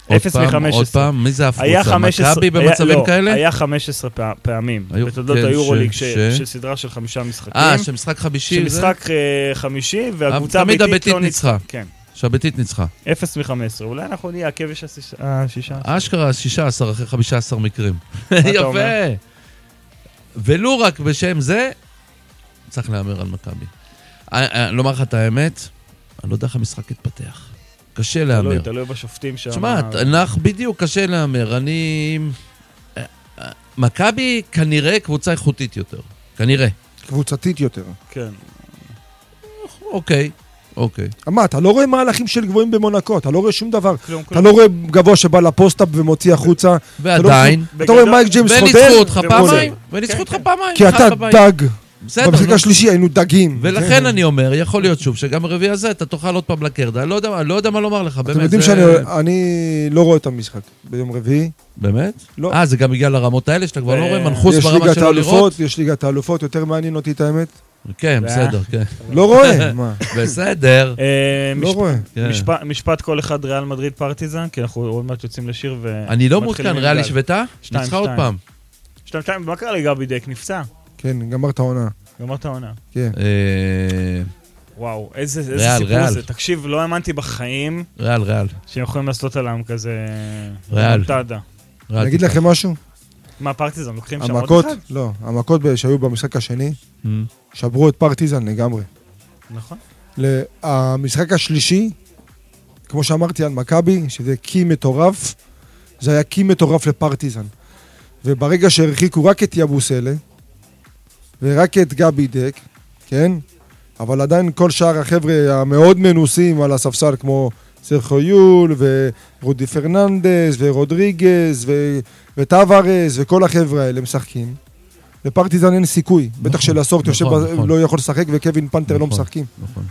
עוד אפס פעם, מ-15. עוד פעם, מי זה היה הפרוצה? 15, מכבי היה- במצבים לא, כאלה? היה 15 פע- פעמים היו- בתולדות כן, היורוליג ש- ש- ש- של סדרה של חמישה משחקים. אה, שמשחק חמישי? זה? כן. אה, שמשחק אה, חמישי, והקבוצה תמיד הביתית לא הביתית ניצחה. כן, שהביתית ניצחה. 0 מ-15. אולי אנחנו נהיה הכבש השיש- השישה. אשכרה 16 אחרי 15 מקרים. אתה אומר? יפה. ולו רק בשם זה, צריך להמר על מכבי. אה, אה, לומר לך את האמת, אני לא יודע איך המשחק יתפתח. קשה תלוי, להמר. לא, תלוי בשופטים שם. אה, אה, תשמע, לך בדיוק קשה להמר. אני... אה, אה, מכבי כנראה קבוצה איכותית יותר. כנראה. קבוצתית יותר. כן. אוקיי, אוקיי. מה, אתה לא רואה מהלכים של גבוהים במונקו, אתה לא רואה שום דבר. כלום, אתה כלום. לא רואה גבוה שבא לפוסט-אפ ומוציא החוצה. ועדיין, אתה לא רואה בגדול- מייק ג'יימס וניצחו חודר, אותך זה פעמיים, עוזר. וניצחו כן, אותך כן. פעמיים. כי אחד אתה בבית. דג. בסדר, במשחק נו. השלישי היינו דגים. לא- ולכן אני אומר, יכול להיות שוב, שגם הרביעי הזה אתה תאכל עוד פעם לקרדה. אני לא יודע- אני לא יודע מה לומר לך, באמת. אתם יודעים זה- שאני אני לא רואה את המשחק ביום רביעי. באמת? לא. אה, זה גם בגלל הרמות האלה, שאתה כבר לא אה, רואה מנחוס יש ברמה ליגת שלו לראות? האלופות, יש ליגת האלופות, יותר מעניין אותי את האמת. כן, אה. בסדר, כן. לא רואה, מה? בסדר. אה, לא משפט- רואה. כן. משפט- משפט כל אחד ריאל מדריד פרטיזן, כי אנחנו עוד מעט יוצאים לשיר ו... אני מתחילים לא מעודכן, עם ריאל גל. השוותה? שתיים, ניצחה עוד שתיים. פעם. שתיים, שתיים, מה קרה לגבי דק? נפצע. כן, גמר את העונה. גמר את העונה. כן. אה, וואו, איזה איזה ריאל, סיפור ריאל. זה. תקשיב, לא האמנתי בחיים ריאל, ריאל. שהם יכולים לעשות עליהם כזה... ריאל. מונטדה. ריאל אני אגיד תיקח. לכם משהו? מה, פרטיזן לוקחים שם עוד המכות, אחד? לא, המכות ב- שהיו במשחק השני, אמ, שברו את פרטיזן לגמרי. נכון. ל- המשחק השלישי, כמו שאמרתי על מכבי, שזה קי מטורף, זה היה קי מטורף לפרטיזן. וברגע שהרחיקו רק את יבוסלה, ורק את גבי דק, כן? אבל עדיין כל שאר החבר'ה המאוד מנוסים על הספסל, כמו סרחו יול, ורודי פרננדס, ורודריגז, ו... וטווארס, וכל החבר'ה האלה משחקים. לפרטיזן אין סיכוי, נכון, בטח שלסורט נכון, נכון, יושב, נכון. נכון. לא יכול לשחק, וקווין פנתר נכון. נכון. לא משחקים. נכון.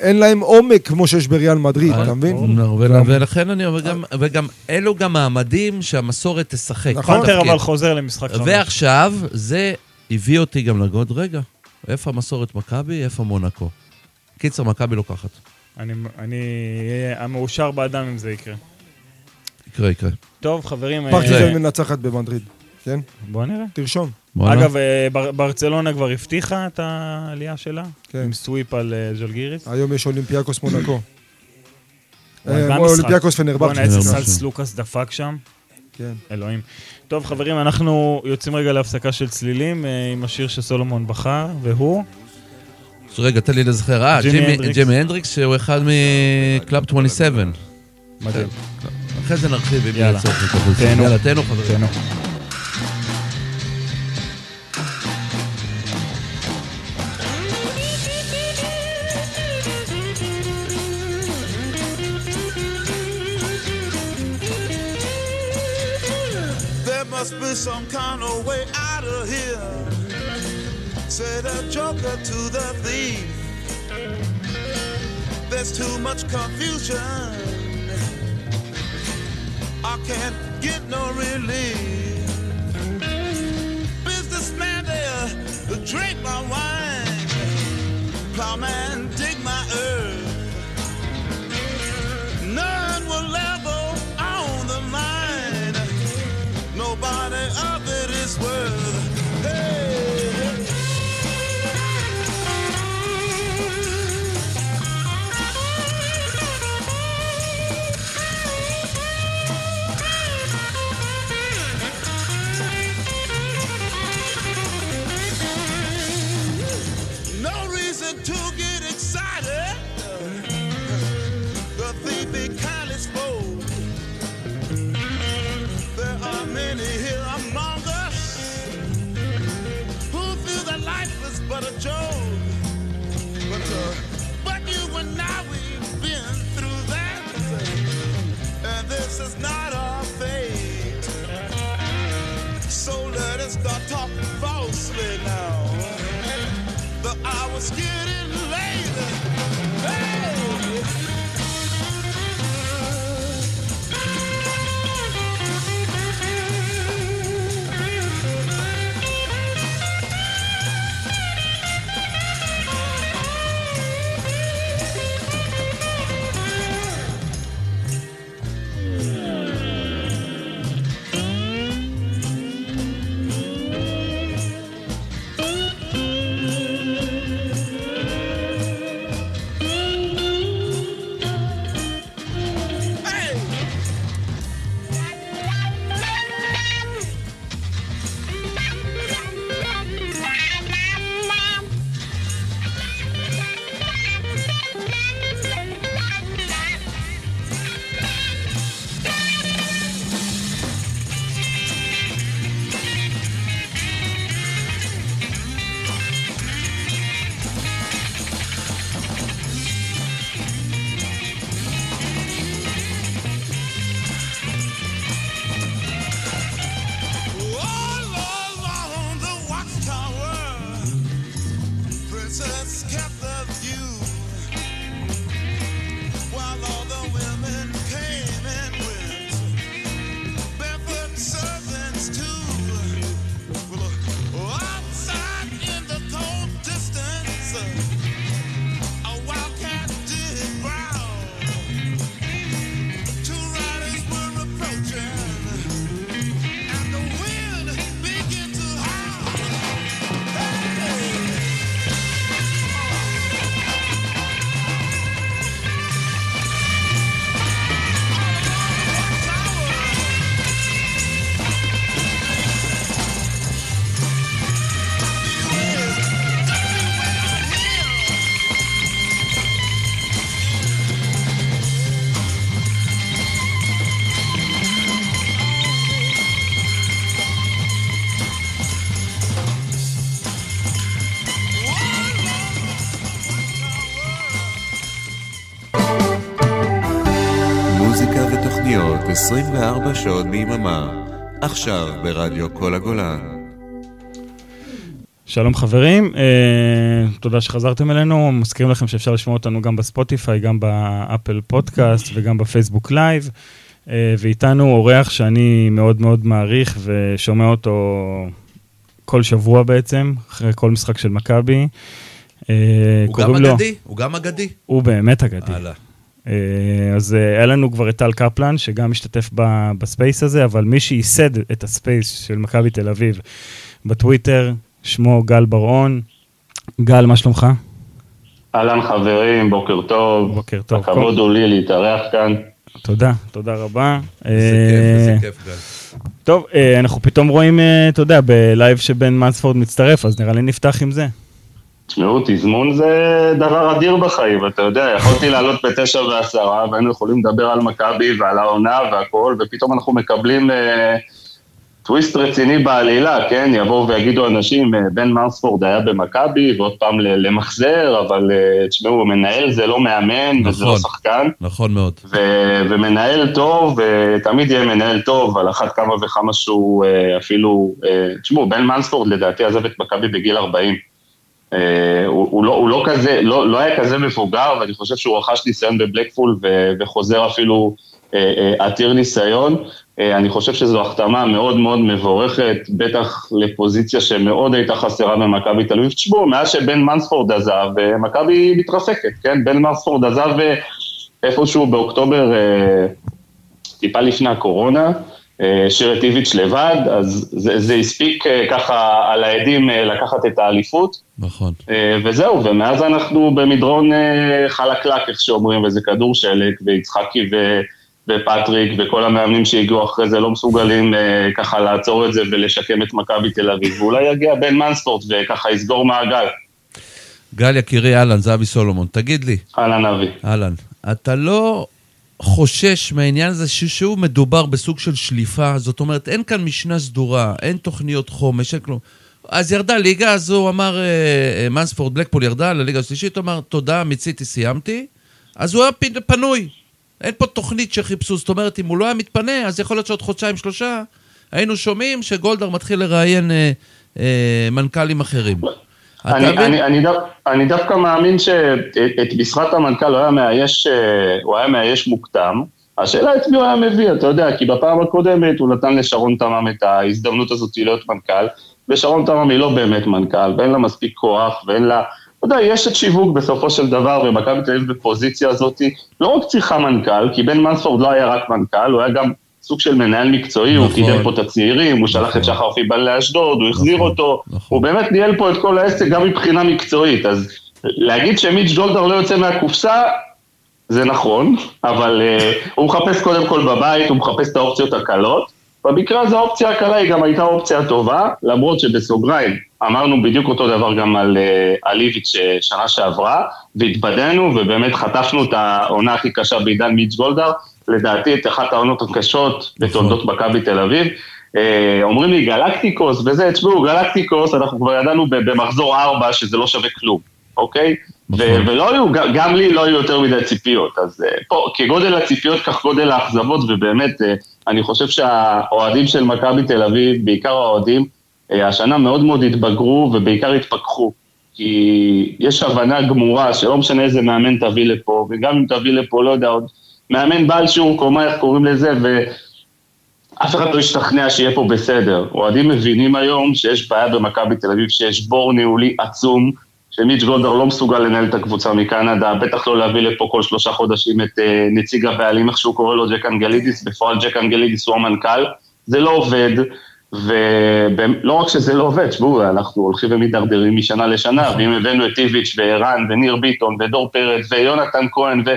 אין להם עומק כמו שיש בריאל מדריד, אה, אתה מבין? נו, ול- ולכן אני אומר, גם- וגם אלו גם מעמדים שהמסורת תשחק. נכון. פנתר תפקיד. אבל חוזר למשחק חמש. ועכשיו, זה הביא אותי גם לגוד, רגע, איפה המסורת מכבי, איפה מונקו? קיצר, מכבי לוקחת. אני- אני אהיה המאושר באדם אם זה יקרה. יקרה, יקרה. טוב, חברים, אה, פרטיזן מנצחת במדריד, כן? בוא נראה. תרשום. וואלה. אגב, אה, בר- ברצלונה כבר הבטיחה את העלייה שלה, כן. עם סוויפ על אה, ז'לגיריס. היום יש אולימפיאקוס מונקו. וואי, אה, מה המשחק? אולימפיאקוס בואנה, פנרבכצ'ה. איזה פנרבכצ'ה. סלס לוקאס דפק שם. כן. אלוהים. טוב, חברים, אנחנו יוצאים רגע להפסקה של צלילים אה, עם השיר שסולומון בחר, והוא... רגע, תן לי לזכר. אה, ג'ימי ג'ימי- הנדריקס. ג'ימי הנדריקס, שהוא אחד מקלאב 27. מדהים. אחרי זה נרחיב אם יהיה יאללה. צורך לכך. תהנו. יאללה, תהנו חברים. תהנו. There must be some kind of way out of here. Said the joker to the thief. There's too much confusion. I can't get no relief. Businessman there, drink my wine. Plowman, dig my earth. None will level on the line nobody of it is worth. Hey. uh, can start talking falsely now. The hour's getting later. Hey! Hey! All along the watchtower, princess kept the view. While all the women came and went, barefoot servants too. Well, outside in the cold distance, a wildcat did growl. Two riders were approaching. And the wind began to howl. Hey! מוזיקה ותוכניות 24 שעות ביממה, עכשיו ברדיו כל הגולן. שלום חברים, אה, תודה שחזרתם אלינו. מזכירים לכם שאפשר לשמוע אותנו גם בספוטיפיי, גם באפל פודקאסט וגם בפייסבוק לייב. אה, ואיתנו אורח שאני מאוד מאוד מעריך ושומע אותו כל שבוע בעצם, אחרי כל משחק של מכבי. אה, הוא גם קוראים לו- אגדי, הוא גם אגדי. הוא באמת אגדי. הלאה. אה, אז אה, היה לנו כבר את טל קפלן, שגם השתתף ב- בספייס הזה, אבל מי שייסד את הספייס של מכבי תל אביב בטוויטר, שמו גל בר-און. גל, מה שלומך? אהלן חברים, בוקר טוב. בוקר טוב. הכבוד הוא לי להתארח כאן. תודה, תודה רבה. איזה אה, כיף, איזה כיף גל. טוב, אה, אנחנו פתאום רואים, אה, אתה יודע, בלייב שבן מנספורד מצטרף, אז נראה לי נפתח עם זה. תשמעו, תזמון זה דבר אדיר בחיים, אתה יודע, יכולתי לעלות בתשע ועשרה, והיינו יכולים לדבר על מכבי ועל העונה והכל, ופתאום אנחנו מקבלים אה, טוויסט רציני בעלילה, כן? יבואו ויגידו אנשים, אה, בן מרספורד היה במכבי, ועוד פעם ל- למחזר, אבל אה, תשמעו, מנהל זה לא מאמן, וזה נכון. לא שחקן. נכון מאוד. ו- ומנהל טוב, ותמיד יהיה מנהל טוב, על אחת כמה וכמה שהוא אה, אפילו... אה, תשמעו, בן מנספורד לדעתי עזב את מכבי בגיל 40. אה, הוא, הוא, לא, הוא לא כזה, לא, לא היה כזה מבוגר, ואני חושב שהוא רכש ניסיון בבלקפול ו, וחוזר אפילו אה, אה, עתיר ניסיון. אה, אני חושב שזו החתמה מאוד מאוד מבורכת, בטח לפוזיציה שמאוד הייתה חסרה במכבי תל אביב. תשמעו, מאז שבן מנספורד עזב, אה, מכבי מתרסקת, כן? בן מנספורד עזב אה, איפשהו באוקטובר, אה, טיפה לפני הקורונה, אה, שירת איביץ' לבד, אז זה, זה הספיק אה, ככה על העדים אה, לקחת את האליפות. נכון. אה, וזהו, ומאז אנחנו במדרון אה, חלקלק, איך שאומרים, וזה כדור שלג, ויצחקי ו... ופטריק וכל המאמנים שהגיעו אחרי זה לא מסוגלים אה, ככה לעצור את זה ולשקם את מכבי תל אביב. ואולי יגיע בן מנספורט וככה יסגור מעגל. גל יקירי, אהלן, זהבי סולומון. תגיד לי, אהלן אבי. אהלן, אתה לא חושש מהעניין הזה ש- שהוא מדובר בסוג של שליפה? זאת אומרת, אין כאן משנה סדורה, אין תוכניות חומש, אין כלום. אז ירדה ליגה, אז הוא אמר, אה, אה, מנספורד בלקפול ירדה לליגה השלישית, הוא אמר, תודה, מיציתי, סיימתי. אז הוא היה פ- פנוי. אין פה תוכנית שחיפשו, זאת אומרת, אם הוא לא היה מתפנה, אז יכול להיות שעוד חודשיים, שלושה, היינו שומעים שגולדהר מתחיל לראיין אה, אה, מנכ"לים אחרים. אתה אני, מבין? אני, אני, דו, אני דווקא מאמין שאת את משרת המנכ"ל הוא היה מאייש, אה, הוא היה מאייש מוקדם. השאלה את מי הוא היה מביא, אתה יודע, כי בפעם הקודמת הוא נתן לשרון תמם את ההזדמנות הזאת להיות מנכ"ל, ושרון תמם היא לא באמת מנכ"ל, ואין לה מספיק כוח, ואין לה... אתה יודע, יש את שיווק בסופו של דבר, ומכבי תל אביב בפוזיציה הזאת, לא רק צריכה מנכ"ל, כי בן מנספורד לא היה רק מנכ"ל, הוא היה גם סוג של מנהל מקצועי, הוא נכון. קידם פה את הצעירים, הוא שלח נכון. את שחר פיבן לאשדוד, הוא החזיר נכון, אותו, נכון. הוא באמת ניהל פה את כל העסק גם מבחינה מקצועית, אז להגיד שמיץ' גולדהר לא יוצא מהקופסה, זה נכון, אבל אה, הוא מחפש קודם כל בבית, הוא מחפש את האופציות הקלות. במקרה הזה האופציה הקלה היא גם הייתה אופציה טובה, למרות שבסוגריים אמרנו בדיוק אותו דבר גם על, אה, על איביץ' אה, שנה שעברה, והתבדינו ובאמת חטפנו את העונה הכי קשה בעידן מיץ' גולדהר, לדעתי את אחת העונות הקשות בתולדות מכבי תל אביב. אה, אומרים לי גלקטיקוס וזה, תשמעו, גלקטיקוס, אנחנו כבר ידענו ב- במחזור 4 שזה לא שווה כלום, אוקיי? ו- ולא היו, גם- גם לי לא היו יותר מדי ציפיות. אז אה, פה, כגודל הציפיות כך גודל האכזבות, ובאמת, אה, אני חושב שהאוהדים של מכבי תל אביב, בעיקר האוהדים, אה, השנה מאוד מאוד התבגרו ובעיקר התפכחו. כי יש הבנה גמורה שלא משנה איזה מאמן תביא לפה, וגם אם תביא לפה, לא יודע, עוד מאמן בעל שיעור קומה, איך קוראים לזה, ו... אף אחד לא השתכנע שיהיה פה בסדר. אוהדים מבינים היום שיש בעיה במכבי תל אביב, שיש בור ניהולי עצום, שמיץ' גולדהר לא מסוגל לנהל את הקבוצה מקנדה, בטח לא להביא לפה כל שלושה חודשים את אה, נציג הבעלים, איך שהוא קורא לו, ג'ק אנגלידיס, בפועל ג'ק אנגלידיס הוא המנכ"ל, זה לא עובד, ולא רק שזה לא עובד, תשמעו, אנחנו הולכים ומידרדרים משנה לשנה, ואם הבאנו את איביץ' וערן וניר ביטון ודור פרץ ויונתן כהן ו...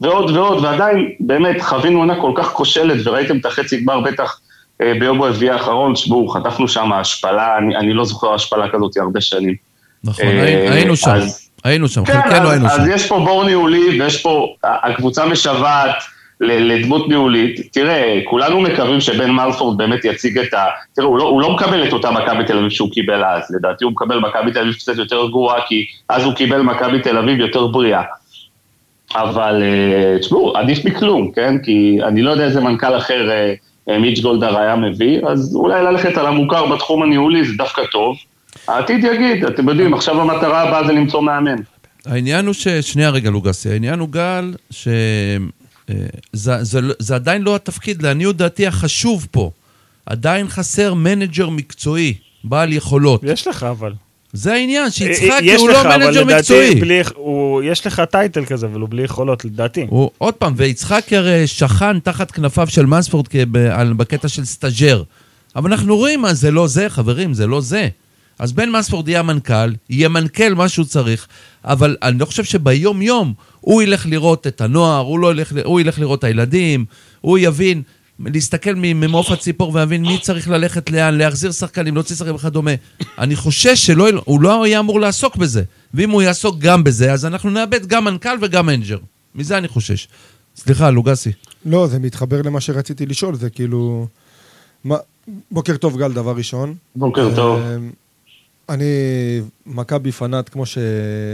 ועוד ועוד, ועדיין באמת חווינו עונה כל כך כושלת, וראיתם את החצי גמר בטח אה, ביום הרביעי האחרון, שבו חטפנו שם השפלה, אני, אני לא זוכר השפלה כזאת הרבה שנים. נכון, אה, היינו- היינו שם, אז- היינו שם, כן, חלקנו אז- היינו שם. אז יש פה בור ניהולי, ויש פה, ה- הקבוצה משוועת ל- לדמות ניהולית. תראה, כולנו מקווים שבן מרספורד באמת יציג את ה... תראה, הוא לא, הוא לא מקבל את אותה מכבי תל אביב שהוא קיבל אז, לדעתי הוא מקבל מכבי תל אביב קצת יותר גרועה, כי אז הוא קיבל מכבי תל אביב יותר בריאה. אבל אה, תשמעו, עדיף מכלום, כן? כי אני לא יודע איזה מנכ"ל אחר אה, אה, מיץ' גולדהר היה מביא, אז אולי ללכת על המוכר בתחום הניהולי זה דווקא טוב. העתיד יגיד, אתם יודעים, עכשיו המטרה הבאה זה למצוא מאמן. העניין הוא ש... שנייה רגע, לוגסי. העניין הוא, גל, ש... אה, זה, זה, זה עדיין לא התפקיד, לעניות דעתי החשוב פה. עדיין חסר מנג'ר מקצועי, בעל יכולות. יש לך אבל. זה העניין, שיצחק אה, יש הוא לך, לא אבל מנג'ר לדעתי מקצועי. בלי- הוא- יש לך טייטל כזה, אבל הוא בלי יכולות, לדעתי. הוא, עוד פעם, ויצחק הרי שכן תחת כנפיו של מנספורד כ- ב- על- בקטע של סטאג'ר. אבל אנחנו רואים מה זה לא זה, חברים, זה לא זה. אז בן מנספורד יהיה המנכ"ל, ימנכ"ל מה שהוא צריך, אבל אני לא חושב שביום-יום הוא ילך לראות את הנוער, הוא, לא ילך, ל- הוא ילך לראות את הילדים, הוא יבין, להסתכל מ- ממעוף הציפור ויבין מי צריך ללכת לאן, להחזיר שחקנים, להוציא שחקנים וכדומה. אני חושש שהוא לא היה אמור לעסוק בזה, ואם הוא יעסוק גם בזה, אז אנחנו נאבד גם מנכ"ל וגם מנג'ר. מזה אני חושש. סליחה, לוגסי. לא, זה מתחבר למה שרציתי לשאול, זה כאילו... מה... בוקר טוב, גל, דבר ראשון. בוקר טוב. אמ, אני מכבי פנאט, כמו לא,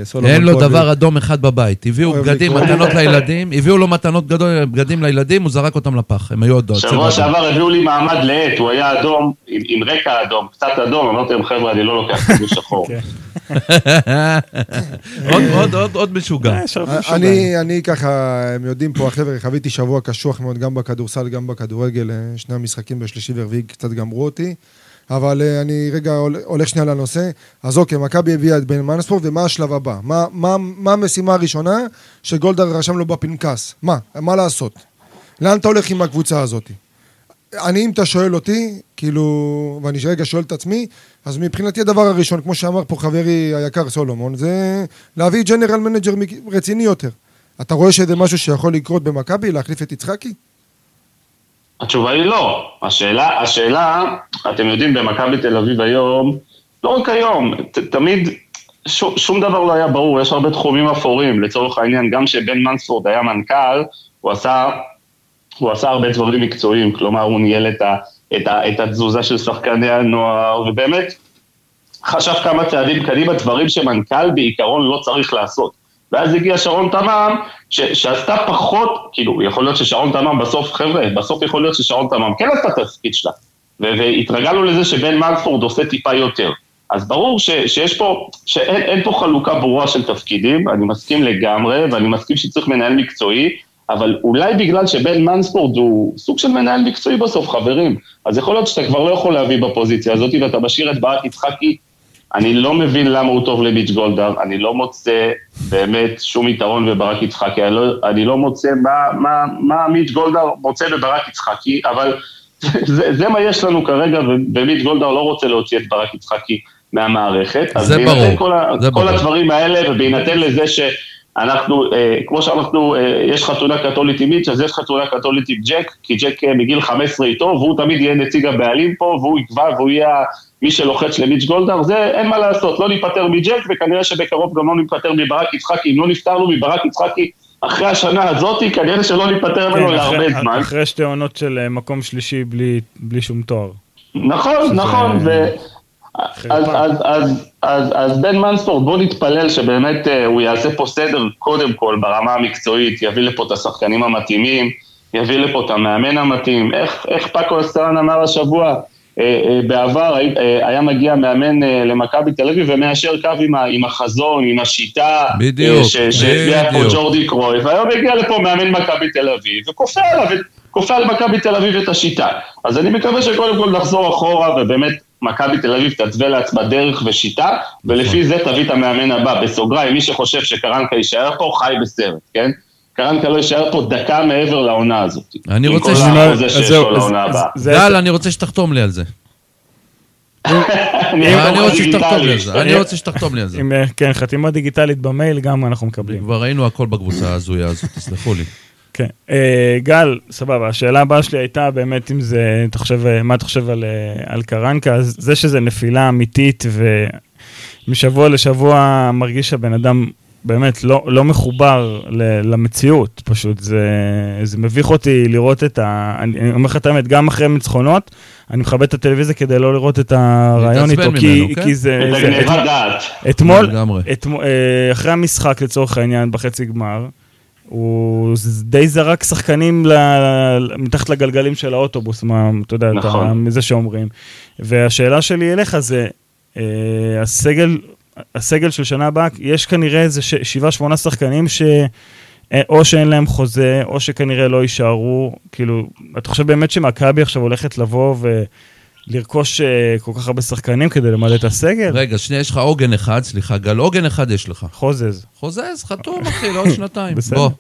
שסולומון... אין לו כהן- דבר אדום אחד בבית. הביאו אוהב בגדים, לקרוא. מתנות לילדים, הביאו לו מתנות גדול, בגדים לילדים, הוא זרק אותם לפח. הם היו עוד עוד. שבוע שעבר הביאו לי מעמד לעט, הוא היה אדום, עם, עם רקע אדום, קצת אדום, אמרתי להם, חבר'ה, אני לא לוקח חידוש שחור. כן. עוד, עוד, עוד, עוד משוגע. אה, יש הרבה משוגעים. אני, אני ככה, הם יודעים פה, החבר'ה, חוויתי שבוע קשוח מאוד, גם בכדורסל, גם בכדורגל, אה, שני המשחקים בשלישי ורביעי קצת גמרו אותי. אבל אה, אני רגע הול- הולך שנייה לנושא. אז אוקיי, מכבי הביאה את בן מנספורט, ומה השלב הבא? מה, מה, מה המשימה הראשונה שגולדהר רשם לו בפנקס? מה? מה לעשות? לאן אתה הולך עם הקבוצה הזאת? אני, אם אתה שואל אותי, כאילו, ואני רגע שואל את עצמי, אז מבחינתי הדבר הראשון, כמו שאמר פה חברי היקר סולומון, זה להביא ג'נרל מנג'ר מק- רציני יותר. אתה רואה שזה משהו שיכול לקרות במכבי, להחליף את יצחקי? התשובה היא לא. השאלה, השאלה, אתם יודעים, במכבי תל אביב היום, לא רק היום, ת, תמיד, ש, שום דבר לא היה ברור, יש הרבה תחומים אפורים, לצורך העניין, גם כשבן מנספורד היה מנכ"ל, הוא עשה, הוא עשה הרבה דברים מקצועיים, כלומר, הוא ניהל את, ה, את, ה, את התזוזה של שחקני הנוער, ובאמת, חשב כמה צעדים קדימה, דברים שמנכ"ל בעיקרון לא צריך לעשות. ואז הגיע שרון תמם, ש- שעשתה פחות, כאילו, יכול להיות ששרון תמם בסוף, חבר'ה, בסוף יכול להיות ששרון תמם כן עשתה את התפקיד שלה, ו- והתרגלנו לזה שבן מנספורד עושה טיפה יותר. אז ברור ש, שיש פה, שאין אין פה חלוקה ברורה של תפקידים, אני מסכים לגמרי, ואני מסכים שצריך מנהל מקצועי, אבל אולי בגלל שבן מנספורד הוא סוג של מנהל מקצועי בסוף, חברים. אז יכול להיות שאתה כבר לא יכול להביא בפוזיציה הזאת, ואתה משאיר את ברק יצחקי. אני לא מבין למה הוא טוב לביץ' גולדהר, אני לא מוצא באמת שום יתרון בברק יצחקי, אני לא, אני לא מוצא מה, מה, מה מיץ' גולדהר מוצא בברק יצחקי, אבל זה, זה מה יש לנו כרגע, ומיץ' גולדהר לא רוצה להוציא את ברק יצחקי מהמערכת. אז זה בהינתן ברור, כל, ה- זה כל ברור. הדברים האלה, ובהינתן לזה שאנחנו, אה, כמו שאנחנו, אה, יש חתונה קתולית עם מיץ', אז יש חתונה קתולית עם ג'ק, כי ג'ק אה, מגיל 15 איתו, והוא תמיד יהיה נציג הבעלים פה, והוא יקבע, והוא יהיה ה- מי שלוחץ למיץ' גולדהר, זה אין מה לעשות, לא ניפטר מג'ק, וכנראה שבקרוב גם לא ניפטר מברק יצחקי, אם לא נפטרנו מברק יצחקי אחרי השנה הזאת, כנראה שלא ניפטר ממנו כן, לא להרבה אחרי- זמן. אחרי שתי עונות של אה, מקום שלישי בלי- בלי שום תואר. נכון, שזה- נכון, ו... אז, חרפה. אז, אז, אז, אז בן מנספורד, בוא נתפלל שבאמת אה, הוא יעשה פה סדר קודם כל ברמה המקצועית, יביא לפה את השחקנים המתאימים, יביא לפה את המאמן המתאים. איך, איך פאקו אסטרן אמר השבוע, אה, אה, בעבר הי- אה, היה מגיע מאמן אה, למכבי תל אביב ומיישר קו עם, ה, עם החזון, עם השיטה, אה, בדיוק, ש- שהביאה פה בדיוק. ג'ורדי קרויף, והיום הגיע לפה מאמן מכבי תל אביב, וכופה עליו, את- כופה על מכבי תל אביב את השיטה. אז אני מקווה שקודם כל נחזור אחורה, ובאמת מכבי תל אביב תתווה לעצמה דרך ושיטה, ולפי זה תביא את המאמן הבא. בסוגריים, מי שחושב שקרנקה יישאר פה, חי בסרט, כן? קרנקה לא יישאר פה דקה מעבר לעונה הזאת. אני רוצה עם ש- כל החוזה אז שיש זהו, אז- לו לעונה אז- הבאה. זה- גל, אני רוצה שתחתום לי על זה. לא אני רוצה שתחתום לי על זה. אה, אני רוצה שתחתום לי על זה. עם, אה, כן, חתימה דיגיטלית במייל גם אנחנו מקבלים. כבר ראינו הכל בקבוצה ההזויה הזאת, תסלחו לי. כן. אה, גל, סבבה, השאלה הבאה שלי הייתה באמת אם זה, אתה חושב, אה, מה אתה חושב על, אה, על קרנקה? אז זה שזה נפילה אמיתית ומשבוע לשבוע מרגיש שהבן אדם באמת לא, לא מחובר ל, למציאות, פשוט זה, זה מביך אותי לראות את ה... אני אני אומר לך את האמת, גם אחרי ניצחונות, אני מכבד את הטלוויזיה כדי לא לראות את הרעיון להתעצבן איתו, כי, ממנו, כן? כי זה... את זה- הגניבת דעת. אתמול, לגמרי. אתמול, אה, אחרי המשחק לצורך העניין בחצי גמר, הוא ז- די זרק שחקנים ל... ל- מתחת לגלגלים של האוטובוס, מה, אתה יודע, נכון. אתה, זה שאומרים. והשאלה שלי אליך זה, אה, הסגל, הסגל של שנה הבאה, יש כנראה איזה ש- שבעה, שמונה שחקנים ש... אה, או שאין להם חוזה, או שכנראה לא יישארו, כאילו, אתה חושב באמת שמכבי עכשיו הולכת לבוא ולרכוש אה, כל כך הרבה שחקנים כדי למלא את הסגל? רגע, שנייה, יש לך עוגן אחד, סליחה, גל, עוגן אחד יש לך. חוזז. חוזז, חתום, אחי, לעוד שנתיים. בסדר. בוא,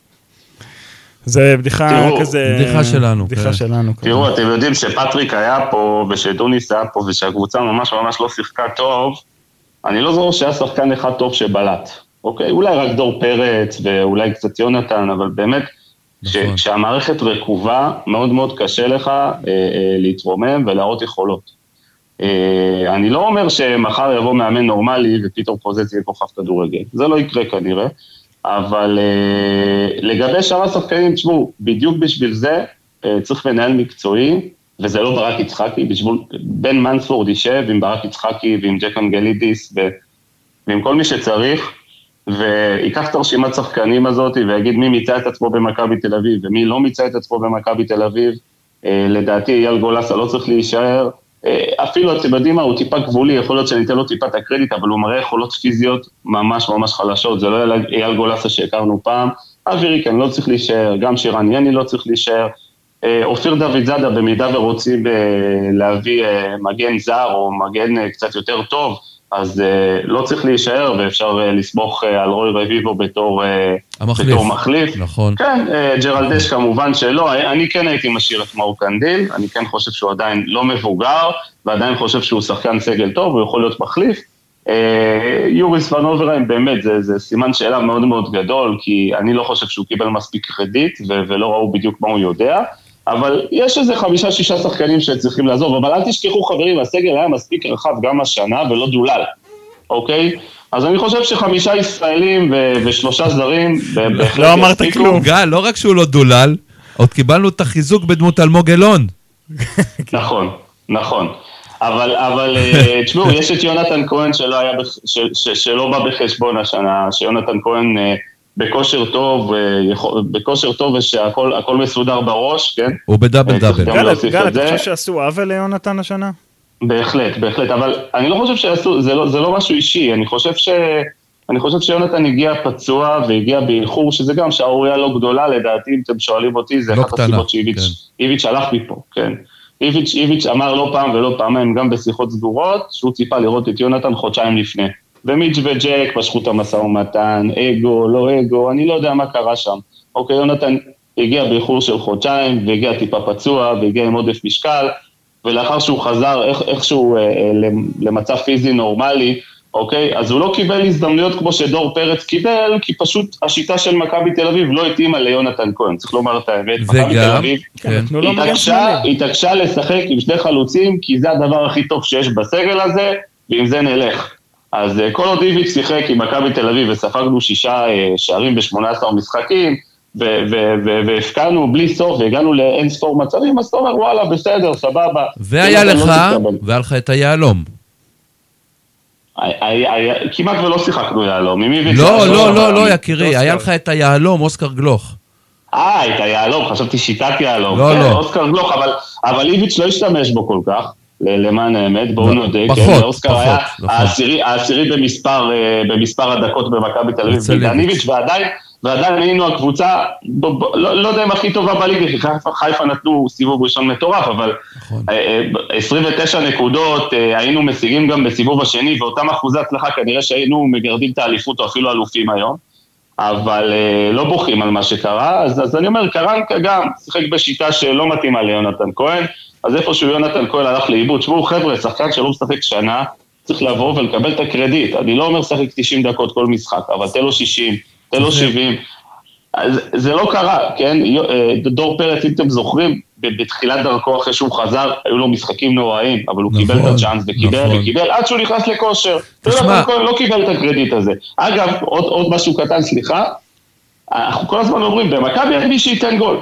זה בדיחה תראו, כזה... בדיחה שלנו, בדיחה כן. שלנו. כזה. תראו, אתם יודעים שפטריק היה פה, ושדוניס היה פה, ושהקבוצה ממש ממש לא שיחקה טוב, אני לא זוכר שהיה שחקן אחד טוב שבלט. אוקיי, אולי רק דור פרץ, ואולי קצת יונתן, אבל באמת, ש- נכון. כשהמערכת רקובה, מאוד מאוד קשה לך אה, אה, להתרומם ולהראות יכולות. אה, אני לא אומר שמחר יבוא מאמן נורמלי ופתאום חוזז יהיה כוכב כדורגל. זה לא יקרה כנראה. אבל אה, לגבי שאר השחקנים, תשמעו, בדיוק בשביל זה אה, צריך מנהל מקצועי, וזה לא ברק יצחקי, בשביל בן מנספורד יישב עם ברק יצחקי ועם ג'ק אנגלידיס ו, ועם כל מי שצריך, וייקח את הרשימת שחקנים הזאת ויגיד מי מיצה את עצמו במכבי תל אביב ומי לא מיצה את עצמו במכבי תל אביב. אה, לדעתי אייל גולסה לא צריך להישאר. אה, אפילו, אתם יודעים מה, הוא טיפה גבולי, יכול להיות שניתן לו טיפה את הקרדיט, אבל הוא מראה יכולות פיזיות ממש ממש חלשות, זה לא אייל- אייל גולסה שהכרנו פעם. אבירי כאן לא צריך להישאר, גם שירן יני לא צריך להישאר. אה, אופיר דוד זאדה, במידה ורוצים אה, להביא אה, מגן זר או מגן אה, קצת יותר טוב, אז אה, לא צריך להישאר ואפשר אה, לסמוך אה, על רוי רביבו בתור אה, המחליף. בתור מחליף. נכון. כן, אה, ג'רלדש כמובן שלא, אה, אני כן הייתי משאיר את מאור קנדיל, אני כן חושב שהוא עדיין לא מבוגר, ועדיין חושב שהוא שחקן סגל טוב, הוא יכול להיות מחליף. אה, יוריס ון אוברהיים באמת, זה, זה סימן שאלה מאוד מאוד גדול, כי אני לא חושב שהוא קיבל מספיק קרדיט, ו- ולא ראו בדיוק מה הוא יודע, אבל יש איזה חמישה-שישה שחקנים שצריכים לעזוב, אבל אל תשכחו חברים, הסגל היה מספיק רחב גם השנה ולא דולל. אוקיי? אז אני חושב שחמישה ישראלים ו- ושלושה זרים ב- בהחלט לא אמרת יספיקו. כלום. גל, לא רק שהוא לא דולל, עוד קיבלנו את החיזוק בדמות אלמוג אלון. נכון, נכון. אבל, אבל אה, תשמעו, יש את יונתן כהן שלא, היה, בח- ש, ש, שלא בא בחשבון השנה, שיונתן כהן אה, בכושר טוב, אה, יכול- בכושר טוב ושהכול הכל מסודר בראש, כן? הוא בדאבל אה, צריך דאבל. גם גלנט, להוסיף את גלנט, זה. אתה חושב שעשו עוול ליונתן השנה? כן. בהחלט, בהחלט, אבל אני לא חושב שעשו, זה לא, זה לא משהו אישי, אני חושב ש... אני חושב שיונתן הגיע פצוע והגיע באיחור, שזה גם שערורייה לא גדולה לדעתי, אם אתם שואלים אותי, זה לא אחת קטנה, הסיבות שאיביץ' כן. איביץ' הלך מפה, כן. איביץ', איביץ' אמר לא פעם ולא פעמיים, גם בשיחות סגורות, שהוא ציפה לראות את יונתן חודשיים לפני. ומיץ' וג'ק משכו את המשא ומתן, אגו, לא אגו, אני לא יודע מה קרה שם. אוקיי, יונתן הגיע באיחור של חודשיים, והגיע טיפה פצוע, והגיע עם עודף משקל, ולאחר שהוא חזר איך, איכשהו אה, אה, למ- למצב פיזי נורמלי, אוקיי? אז הוא לא קיבל הזדמנויות כמו שדור פרץ קיבל, כי פשוט השיטה של מכבי תל אביב לא התאימה ליונתן כהן, צריך לומר את האמת. מכבי תל וגם, אביב כן, נתנו לו לא מגן התעקשה, שמאלי. התעקשה לשחק עם שני חלוצים, כי זה הדבר הכי טוב שיש בסגל הזה, ועם זה נלך. אז אה, כל עוד איביץ' שיחק עם מכבי תל אביב וספגנו שישה אה, שערים ב-18 משחקים, ו- ו- ו- והפקענו בלי סוף והגענו לאין ספור מצבים, אז אתה אומר וואלה, בסדר, סבבה. והיה לא לך, מתקבל. והיה לך את היהלום. היה- היה- היה- כמעט ולא שיחקנו יהלום. עם איביץ' לא, היה- לא, לא, אבל- לא, יקירי, היה לך את היהלום, אוסקר גלוך. אה, את היהלום, חשבתי שיטת יהלום. לא, כן, לא. אוסקר גלוך, אבל, אבל איביץ' לא השתמש בו כל כך, ל- למען האמת, בואו לא, נודה. כן, פחות, אוסקר פחות, היה נכון. העשירי, העשירי במספר, אה, במספר הדקות במכבי תל אביב, אצל בעידן איביץ'. איביץ', ועדיין, ועדיין היינו הקבוצה, ב, ב, לא, לא יודע אם הכי טובה בליגה, כי חיפה, חיפה נתנו סיבוב ראשון מטורף, אבל נכון. אה, אה, 29 נקודות, אה, היינו משיגים גם בסיבוב השני, ואותם אחוזי הצלחה כנראה שהיינו מגרדים את האליפות או אפילו אלופים היום. אבל אה, לא בוכים על מה שקרה, אז, אז אני אומר, קרנקה גם שיחק בשיטה שלא מתאימה ליונתן כהן, אז איפשהו יונתן כהן הלך לאיבוד. תשמעו, חבר'ה, שחקן שלא משחק שנה, צריך לבוא ולקבל את הקרדיט. אני לא אומר שחק 90 דקות כל משחק, אבל תן לו 60, תן לו 70. אז זה לא קרה, כן? יו- אה, דור פרץ, אם אתם זוכרים, ב- בתחילת דרכו, אחרי שהוא חזר, היו לו משחקים נוראים, אבל הוא נכון, קיבל את הצ'אנס וקיבל נכון. וקיבל, עד שהוא נכנס לכושר. תשמע- יונתן כהן לא קיבל את הקרדיט הזה. אגב, עוד, עוד משהו קטן, סליחה, אנחנו כל הזמן אומרים, במכבי אין מי שייתן גול.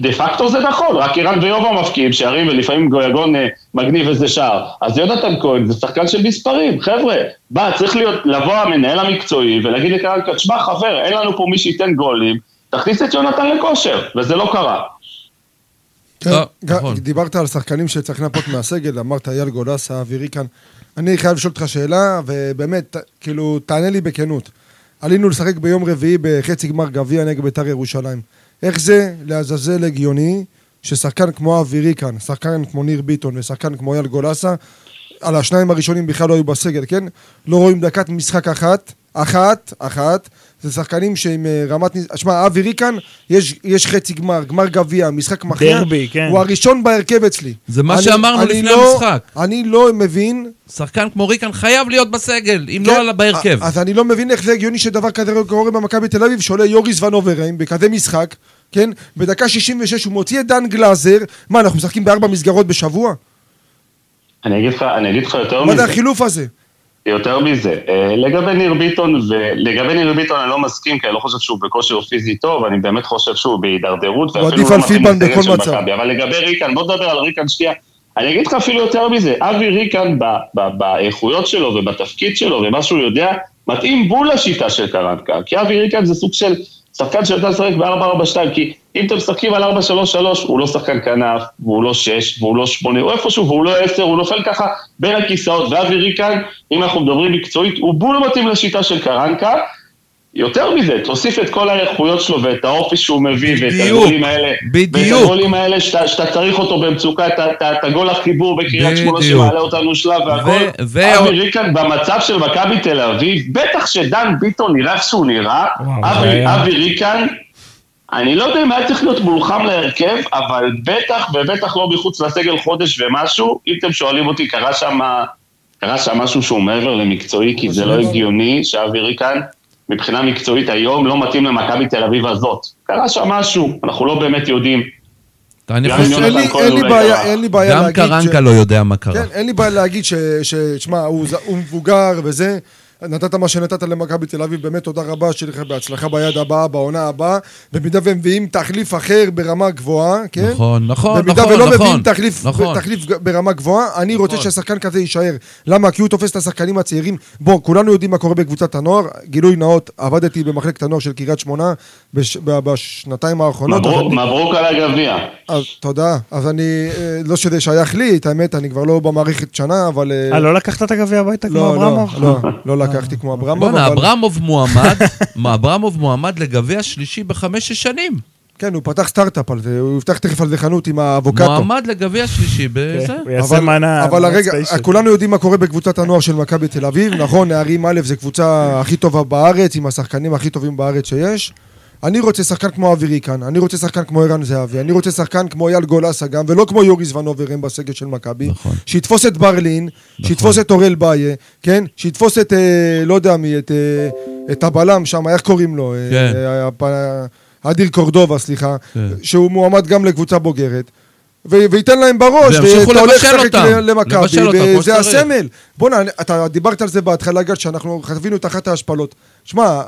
דה פקטו זה נכון, רק איראן ויובה מפקיעים שערים ולפעמים גויגון אה, מגניב איזה שער. אז יונתן כהן זה שחקן של מספרים, חבר'ה. בא, צריך להיות, לבוא המנהל המקצועי ולהגיד לקרנקה, תשמע חבר, אין לנו פה מי שייתן גולים, תכניס את יונתן לכושר, וזה לא קרה. כן, לא, ג- נכון. דיברת על שחקנים שצריך לנפות מהסגל, אמרת אייל גולס האווירי כאן. אני חייב לשאול אותך שאלה, ובאמת, ת- כאילו, תענה לי בכנות. עלינו לשחק ביום רביעי בחצי גמר גביע נגד בית"ר ירושלים. איך זה לעזאזל הגיוני ששחקן כמו האווירי כאן, שחקן כמו ניר ביטון ושחקן כמו אייל גולסה, על השניים הראשונים בכלל לא היו בסגל, כן? לא רואים דקת משחק אחת, אחת, אחת. זה שחקנים שעם אה, רמת... ניס- שמע, אבי ריקן, יש, יש חצי גמר, גמר גביע, משחק מכריע. דרבי, כן. הוא הראשון בהרכב אצלי. זה מה אני- שאמרנו אני לפני לא, המשחק. אני לא מבין... שחקן כמו ריקן חייב להיות בסגל, אם כן, לא על בהרכב. א- אז אני לא מבין איך זה הגיוני שדבר כזה לא קורה במכבי תל אביב, שעולה יוריס ונוברהיים בכזה משחק, כן? בדקה 66 הוא מוציא את דן גלאזר. מה, אנחנו משחקים בארבע מסגרות בשבוע? אני אגיד לך, אני אגיד לך יותר מה זה מזה. החילוף הזה? יותר מזה, אה, לגבי ניר ביטון, ולגבי ניר ביטון אני לא מסכים, כי אני לא חושב שהוא בכושר פיזי טוב, אני באמת חושב שהוא בהידרדרות, הוא ואפילו עדיף לא על מתאים פיבן לסגל בכל של מצב. מכבי. אבל לגבי ריקן, בוא נדבר על ריקן שנייה. אני אגיד לך אפילו יותר מזה, אבי ריקן ב- ב- באיכויות שלו ובתפקיד שלו ומה שהוא יודע, מתאים בול לשיטה של קרנקה, כי אבי ריקן זה סוג של שחקן שיודע לשחק ב-4-4-2, כי אם אתם משחקים על 4-3-3, הוא לא שחקן כנף, והוא לא 6, והוא לא 8, הוא איפשהו, והוא לא 10, הוא נופל ככה בין הכיסאות, ואבי ריקן, אם אנחנו מדברים מקצועית, הוא בול מתאים לשיטה של קרנקה. יותר מזה, תוסיף את כל האיכויות שלו ואת האופי שהוא מביא, ואת בדיוק, הגולים האלה, ואת בדיוק. הגולים האלה שאתה, שאתה צריך אותו במצוקה, את ה- את ה- את הגול החיבור בקריית שמונה בדיוק. שמעלה אותנו שלב והכל. ו- ו- אבי ריקן במצב של מכבי תל אביב, בטח שדן ביטון נראה איך שהוא נראה, וואו, אבי- זה היה- אבי ריקן, אני לא יודע אם היה צריך להיות מולחם להרכב, אבל בטח ובטח לא מחוץ לסגל חודש ומשהו, אם אתם שואלים אותי, קרה שם... קרה שם משהו שהוא מעבר למקצועי, כי זה לא הגיוני שאבי ריקן, מבחינה מקצועית היום, לא מתאים למכבי תל אביב הזאת. קרה שם משהו, אנחנו לא באמת יודעים. אני גם חושב יונתן אין לי- כהן אין לי אולי בעיה, קרה. אין לי בעיה שגם להגיד ש- קרנקה לא יודע מה קרה. כן, אין לי בעיה להגיד ש... ש- שמע, הוא ז- הוא מבוגר וזה, נתת מה שנתת למכבי תל אביב, באמת תודה רבה, שיהיה לך בהצלחה ביד הבאה, בעונה הבאה. במידה והם מביאים תחליף אחר ברמה גבוהה, כן? נכון, נכון, במידה נכון, ולא נכון, מביאים תחליף, נכון. תחליף ג- ברמה גבוהה, אני רוצה נכון. שהשחקן כזה יישאר. למה? כי הוא תופס את השחקנים הצעירים. בוא, כולנו יודעים מה קורה בקבוצת הנוער. גילוי נאות, עבדתי במחלקת הנוער של קריית שמונה בש, ב, בשנתיים האחרונות. מברוק- אז אני- מברוק על הגביע. אז, תודה. אז אני, אה, לא שזה שייך לי, את האמת, אני כבר לא במערכת שנה, אבל... אה, אה, לא לקחת את הגביע הביתה כמו לא, לא, אברמוב? אה. לא, לא לקחתי כמו אברמוב, בואנה, אבל... אברמוב מועמד, מה, אברמוב מועמד לגביע שלישי בחמש שש שנים. כן, הוא פתח סטארט-אפ על זה, הוא יפתח תכף על זה חנות עם האבוקטו. מועמד לגביע כן. שלישי בזה. הוא אה, יעשה מנה... אבל הרגע, סטיישן. כולנו יודעים מה קורה בקבוצת הנוער של מכבי תל אביב, נכון, נערים א' זה קבוצה הכי טובה בארץ, עם השחקנים הכי טובים בארץ שיש. אני רוצה שחקן כמו אבירי כאן, אני רוצה שחקן כמו ערן זהבי, אני רוצה שחקן כמו אייל גולסה גם, ולא כמו יוריס ונוברם בסגל של מכבי. נכון. שיתפוס את ברלין, נכון. שיתפוס את אורל ביה, כן? שיתפוס את, אה, לא יודע מי, את, אה, את הבלם שם, איך קוראים לו? אה, כן. אה, הפ- אה, אדיר קורדובה, סליחה. כן. שהוא מועמד גם לקבוצה בוגרת. ו- וייתן להם בראש, וימשיכו ואתה הולך לבשל לשחק אותם. ל- למכבי, לבשל אותם, כמו וזה שצריך. הסמל. בואנה, אני- אתה דיברת על זה בהתחלה, גל, שאנחנו חטבינו את אחת ההשפלות. שמע,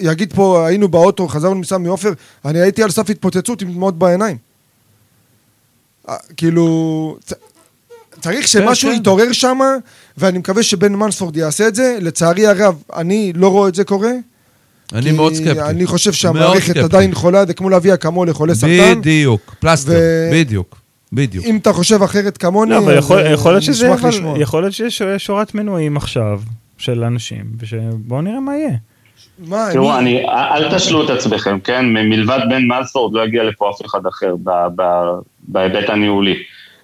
יגיד פה, היינו באוטו, חזרנו מסמי עופר, אני הייתי על סף התפוצצות עם דמעות בעיניים. אה, כאילו, צ- צריך שמשהו כן. יתעורר שם, ואני מקווה שבן מנספורד יעשה את זה. לצערי הרב, אני לא רואה את זה קורה. אני כי מאוד סקפטי. אני חושב מאוד שהמערכת סקפטי. עדיין חולה, זה כמו להביא אקמול לחולה סרטן. בדיוק, פלסטר, ו- בדיוק, בדיוק. אם אתה חושב אחרת כמוני, לא, אבל אז, יכול- אה, יכול להיות אני שזה... אשמח אבל- לשמוע. יכול להיות שיש שורת מנויים עכשיו של אנשים, ובואו נראה מה יהיה. מה, תראו, אני- אני, אל תשלו את עצמכם, כן? מ- מלבד בן מנסורד לא יגיע לפה אף אחד אחר ב- ב- בהיבט הניהולי.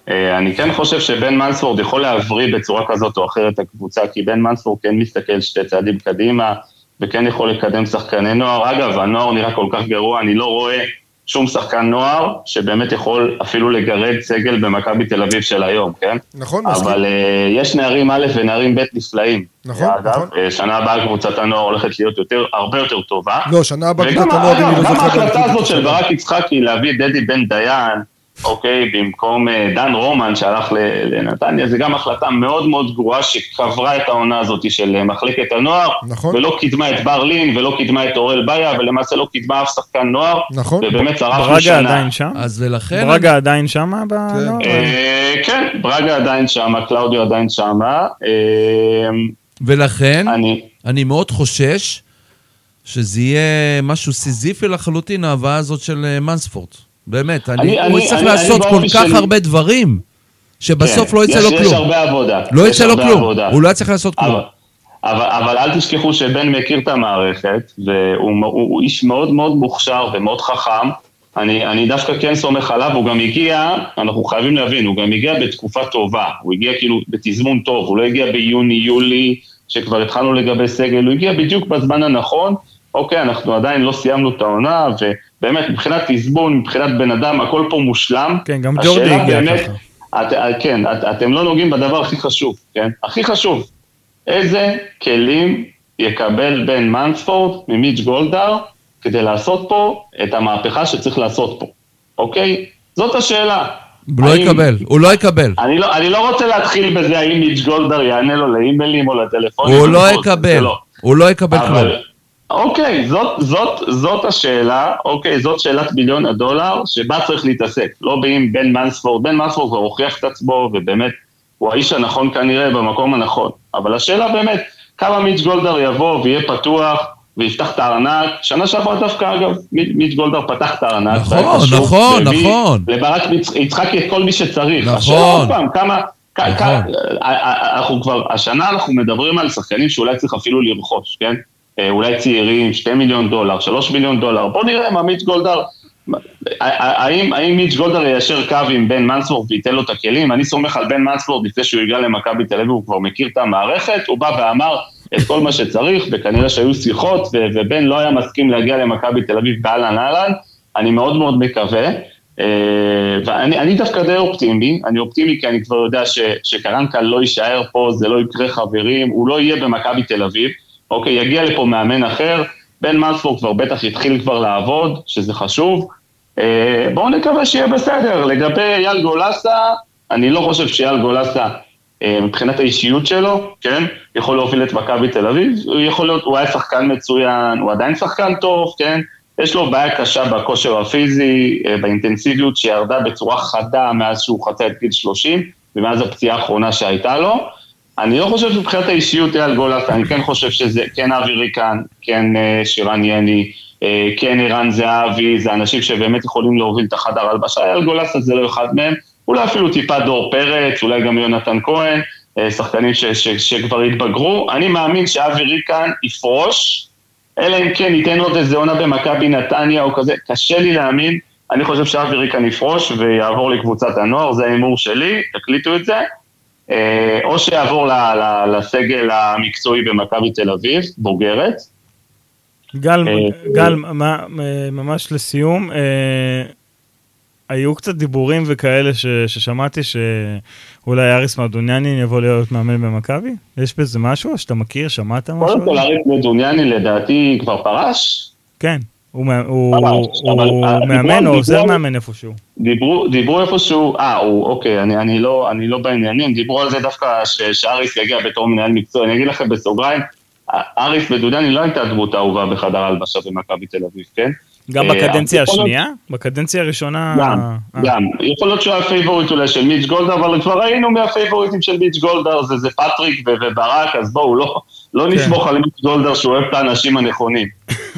אה, אני כן חושב שבן מנסורד יכול להבריא בצורה כזאת או אחרת את הקבוצה, כי בן מנסורד כן מסתכל שתי צעדים קדימה, וכן יכול לקדם שחקני נוער. אגב, הנוער נראה כל כך גרוע, אני לא רואה שום שחקן נוער שבאמת יכול אפילו לגרד סגל במכבי תל אביב של היום, כן? נכון, מסכים. אבל אה, יש נערים א' ונערים ב' נפלאים. נכון, אגב, נכון. אה, שנה הבאה קבוצת הנוער הולכת להיות יותר, הרבה יותר טובה. לא, שנה הבאה וגם קבוצת הנוער, אני אגב, לא גם זוכר גם ההחלטה קבוצת הזאת של השנה. ברק יצחקי להביא את דדי בן דיין, אוקיי, במקום אה, דן רומן שהלך ל- לנתניה, זו גם החלטה מאוד מאוד גרועה שקברה את העונה הזאת של אה, מחלקת הנוער, נכון. ולא קידמה את בר לין, ולא קידמה את אורל ביה, ולמעשה לא קידמה אף שחקן נוער, נכון. ובאמת צרחנו ברגה שנה. עדיין שם? אז ולכן... ברגה עדיין לא? שמה? בנוער? אה, כן, ברגה עדיין שמה, קלאודיו עדיין שמה. אה, ולכן, אני... אני מאוד חושש שזה יהיה משהו סיזיפי לחלוטין, ההבאה הזאת של אה, מנספורד. באמת, אני, אני- הוא אני- יצטרך אני- לעשות אני כל באופי כך שלי- הרבה דברים, שבסוף כן, לא יצא יש- לו יש כלום. הרבה עבודה. לא יש יצא לו הרבה כלום, עבודה. הוא לא היה צריך לעשות כלום. אבל, אבל, אבל אל תשכחו שבן מכיר את המערכת, והוא מ- הוא, הוא איש מאוד מאוד מוכשר ומאוד חכם. אני, אני דווקא כן סומך עליו, הוא גם הגיע, אנחנו חייבים להבין, הוא גם הגיע בתקופה טובה, הוא הגיע כאילו בתזמון טוב, הוא לא הגיע ביוני-יולי, שכבר התחלנו לגבי סגל, הוא הגיע בדיוק בזמן הנכון, אוקיי, אנחנו עדיין לא סיימנו את העונה, ובאמת, מבחינת תזמון, מבחינת בן אדם, הכל פה מושלם. כן, גם השאלה ג'ורדי הגיע באמת, ככה. את, את- כן, את, אתם לא נוגעים בדבר הכי חשוב, כן? הכי חשוב, איזה כלים יקבל בן מנספורד ממיץ' גולדהר כדי לעשות פה את המהפכה שצריך לעשות פה, אוקיי? זאת השאלה. הוא לא האם- יקבל, הוא לא יקבל. אני לא, אני לא רוצה להתחיל בזה האם מיץ' גולדהר יענה לו לאימיילים או לטלפונים. הוא לא זה יקבל, לא. הוא לא יקבל כלום. אבל, אוקיי, זאת, זאת, זאת השאלה, אוקיי, זאת שאלת מיליון הדולר שבה צריך להתעסק, לא באם בן מנספורד, בן מנספורד כבר הוכיח את עצמו ובאמת הוא האיש הנכון כנראה במקום הנכון, אבל השאלה באמת, כמה מיץ' גולדהר יבוא ויהיה פתוח ויפתח את הארנק, שנה שעברה דווקא אגב, מי- מיץ' גולדהר פתח את הארנק, נכון, והיה קשוב, נכון, והביא נכון. לברק מצ- יצחקי את כל מי שצריך, נכון. השאלה עוד פעם, כמה, כ- נכון. כ- אנחנו כבר, השנה אנחנו מדברים על שחקנים שאולי צריך אפילו לרכוש, כן? אה, אולי צעירים, 2 מיליון דולר, 3 מיליון דולר, בוא נראה מה מיץ' גולדהר, מה- אה, האם האם מיץ' גולדהר יישר קו עם בן מנספורד וייתן לו את הכלים? אני סומך על בן מנספורד לפני שהוא יגיע למכבי תל אביב, הוא כבר מכיר את המערכת, הוא בא ואמר את כל מה שצריך, וכנראה שהיו שיחות, ו- ובן לא היה מסכים להגיע למכבי תל אביב באהלן אהלן, אני מאוד מאוד מקווה. אה, ואני אני דווקא די אופטימי, אני אופטימי כי אני כבר יודע ש, שקרנקה לא יישאר פה, זה לא יקרה חברים, הוא לא יהיה במכבי תל אביב, אוקיי, יגיע לפה מאמן אחר, בן מנספורג כבר בטח התחיל כבר לעבוד, שזה חשוב. אה, בואו נקווה שיהיה בסדר. לגבי אייל גולסה, אני לא חושב שאייל גולסה אה, מבחינת האישיות שלו, כן, יכול להוביל את מכבי תל אביב, הוא יכול להיות, הוא היה שחקן מצוין, הוא עדיין שחקן טוב, כן, יש לו בעיה קשה בכושר הפיזי, אה, באינטנסיביות שירדה בצורה חדה מאז שהוא חצה את גיל 30, ומאז הפציעה האחרונה שהייתה לו. אני לא חושב שמבחינת האישיות אייל גולס, אני כן חושב שזה, כן אבי ריקן, כן אה, שירן יני, אה, כן ערן זהבי, זה אנשים שבאמת יכולים להוביל את החדר הלבשה, אייל גולס זה לא אחד מהם, אולי אפילו טיפה דור פרץ, אולי גם יונתן כהן, אה, שחקנים ש, ש, שכבר התבגרו. אני מאמין שאבי ריקן יפרוש, אלא אם כן ניתן עוד איזה עונה במכבי נתניה או כזה, קשה לי להאמין, אני חושב שאבי ריקן יפרוש ויעבור לקבוצת הנוער, זה ההימור שלי, תקליטו את זה, אה, או שיעבור ל, ל, לסגל המקצועי במכבי תל אביב, בוגרת. גל, אה, גל, מה- אה, ממש לסיום, אה, היו קצת דיבורים וכאלה ש- ששמעתי שאולי אריס מדוניאנין יבוא להיות מאמן במכבי? יש בזה משהו? שאתה מכיר? שמעת משהו? קודם כל אריק מדוניאני לדעתי כבר פרש, כן, הוא מה- הוא- אבל- הוא- אבל אה, הוא הדיבור- מאמן או עוזר הדיבור- מאמן איפשהו. דיברו, דיברו איפשהו, אה, הוא, אוקיי, אני, אני, לא, אני לא בעניינים, דיברו על זה דווקא ש- שאריס יגיע בתור מנהל מקצוע, אני אגיד לכם בסוגריים, א- אריס בדודני לא הייתה הדמות האהובה בחדר ההלבשה במכבי תל אביב, כן? גם אה, בקדנציה יכול להיות- השנייה? בקדנציה הראשונה... גם, אה, גם. יכול להיות שהוא היה פייבוריט אולי של מיץ' גולדהר, אבל כבר ראינו מהפייבוריטים של מיץ' גולדהר, זה, זה פטריק ו- וברק, אז בואו, לא, לא נסמוך על מיץ' גולדהר שהוא אוהב את האנשים הנכונים.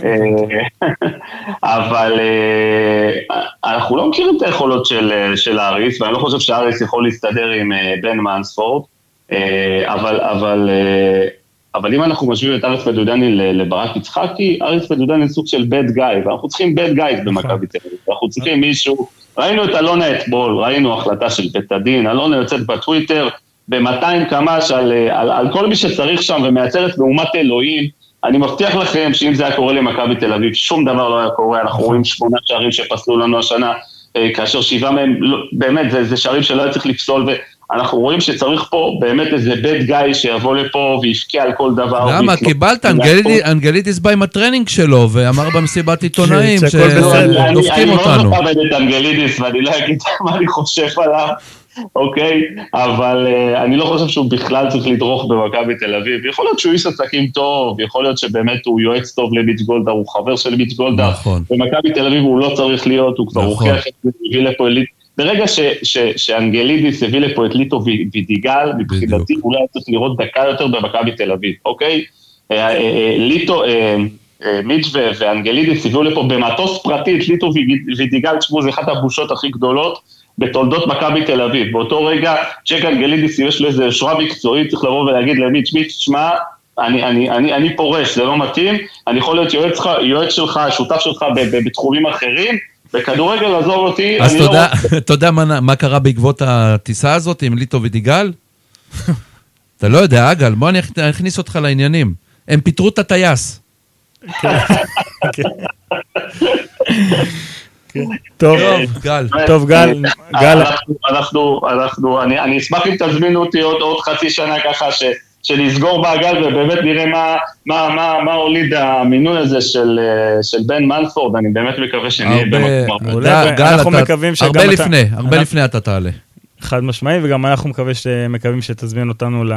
אה, אבל אה, אנחנו לא מכירים את היכולות של, אה, של האריס, ואני לא חושב שהאריס יכול להסתדר עם אה, בן מנספורד, אה, אבל, אבל, אה, אבל אם אנחנו משווים את אריס מדודני ל- לברק יצחקי, אריס מדודני הוא סוג של bad guy, ואנחנו צריכים bad guys במכבי תל אביב, אנחנו צריכים מישהו, ראינו את אלונה אתמול, ראינו החלטה של בית הדין, אלונה יוצאת בטוויטר ב-200 קמ"ש על, אה, על, על כל מי שצריך שם ומייצרת מהומת אלוהים. אני מבטיח לכם שאם זה היה קורה למכבי תל אביב, שום דבר לא היה קורה, אנחנו נכון. רואים שמונה שערים שפסלו לנו השנה, אה, כאשר שבעה מהם, לא, באמת, זה, זה שערים שלא היה צריך לפסול, ואנחנו רואים שצריך פה באמת איזה bad guy שיבוא לפה ויבכה על כל דבר. למה? ויתמוך. קיבלת, אנגלידי- אנגלידיס בא עם הטרנינג שלו, ואמר במסיבת עיתונאים שהכל בסדר. לא, אני- שדופקים אני מאוד אותנו. מכבד את אנגלידיס ואני לא אגיד מה אני חושב עליו, אוקיי? אבל אה, אני לא חושב שהוא בכלל צריך לדרוך במכבי תל אביב. יכול להיות שהוא איש עסקים טוב, יכול להיות שבאמת הוא יועץ טוב למיץ' גולדהר, הוא חבר של מיץ' גולדהר. נכון. במכבי תל אביב הוא לא צריך להיות, הוא כבר נכון. הוכיח את זה, הוא הביא לפה את ליטו. ברגע ש- ש- שאנגלידיס הביא לפה את ליטו ו- ודיגל, מבחינתי הוא לא היה צריך לראות דקה יותר במכבי תל אביב, אוקיי? אה, אה, אה, ליטו, אה, אה, מיץ' ו- ואנגלידיס הביאו לפה במטוס פרטי את ליטו ו- ודיגל, תשמעו, זה אחת הבושות הכי גדולות בתולדות מכבי תל אביב. באותו רגע, צ'ק אנגלידיס, אם יש לו איזו יושרה מקצועית, צריך לבוא ולהגיד למיץ', מיץ', שמע, אני, אני, אני, אני פורש, זה לא מתאים, אני יכול להיות יועץ, שלך- יועץ שלך, שותף שלך ב- ב- בתחומים אחרים, בכדורגל עזוב אותי, אז אני אתה לא יודע- אתה יודע מה נ- מה קרה בעקבות הטיסה הזאת עם ליטו ודיגל? אתה לא יודע, אגל, בוא אני אכ- אכניס אותך לעניינים. הם פיטרו את הטייס. טוב, אה, טוב, אה, גל. טוב, גל, גל, אנחנו, אנחנו, אנחנו, אני, אני אשמח אם תזמינו אותי עוד, עוד חצי שנה ככה, ש, שנסגור מעגל ובאמת נראה מה, מה, מה, מה הוליד המינוי הזה של, אה, של בן מנספורד, אני לא באמת מקווה שנהיה הרבה- במקום הרבה. מעולה, גל, ואנחנו אתה- מקווים שגם הרבה אתה- לפני, הרבה אנחנו- לפני אתה תעלה. חד משמעי, וגם אנחנו מקווה ש- מקווים שתזמין אותנו ל-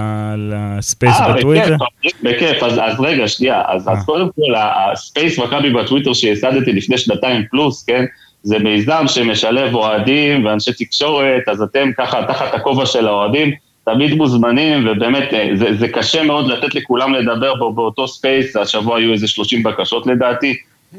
לספייס אה, בטוויטר. בכיף, בכיף, אז, אז רגע, שנייה, אז, אה. אז קודם כל, ה- הספייס מכבי בטוויטר שייסדתי לפני שנתיים פלוס, כן? זה מיזם שמשלב אוהדים ואנשי תקשורת, אז אתם ככה תחת הכובע של האוהדים, תמיד מוזמנים, ובאמת, אה, זה, זה קשה מאוד לתת לכולם לדבר בו, באותו ספייס, השבוע היו איזה 30 בקשות לדעתי,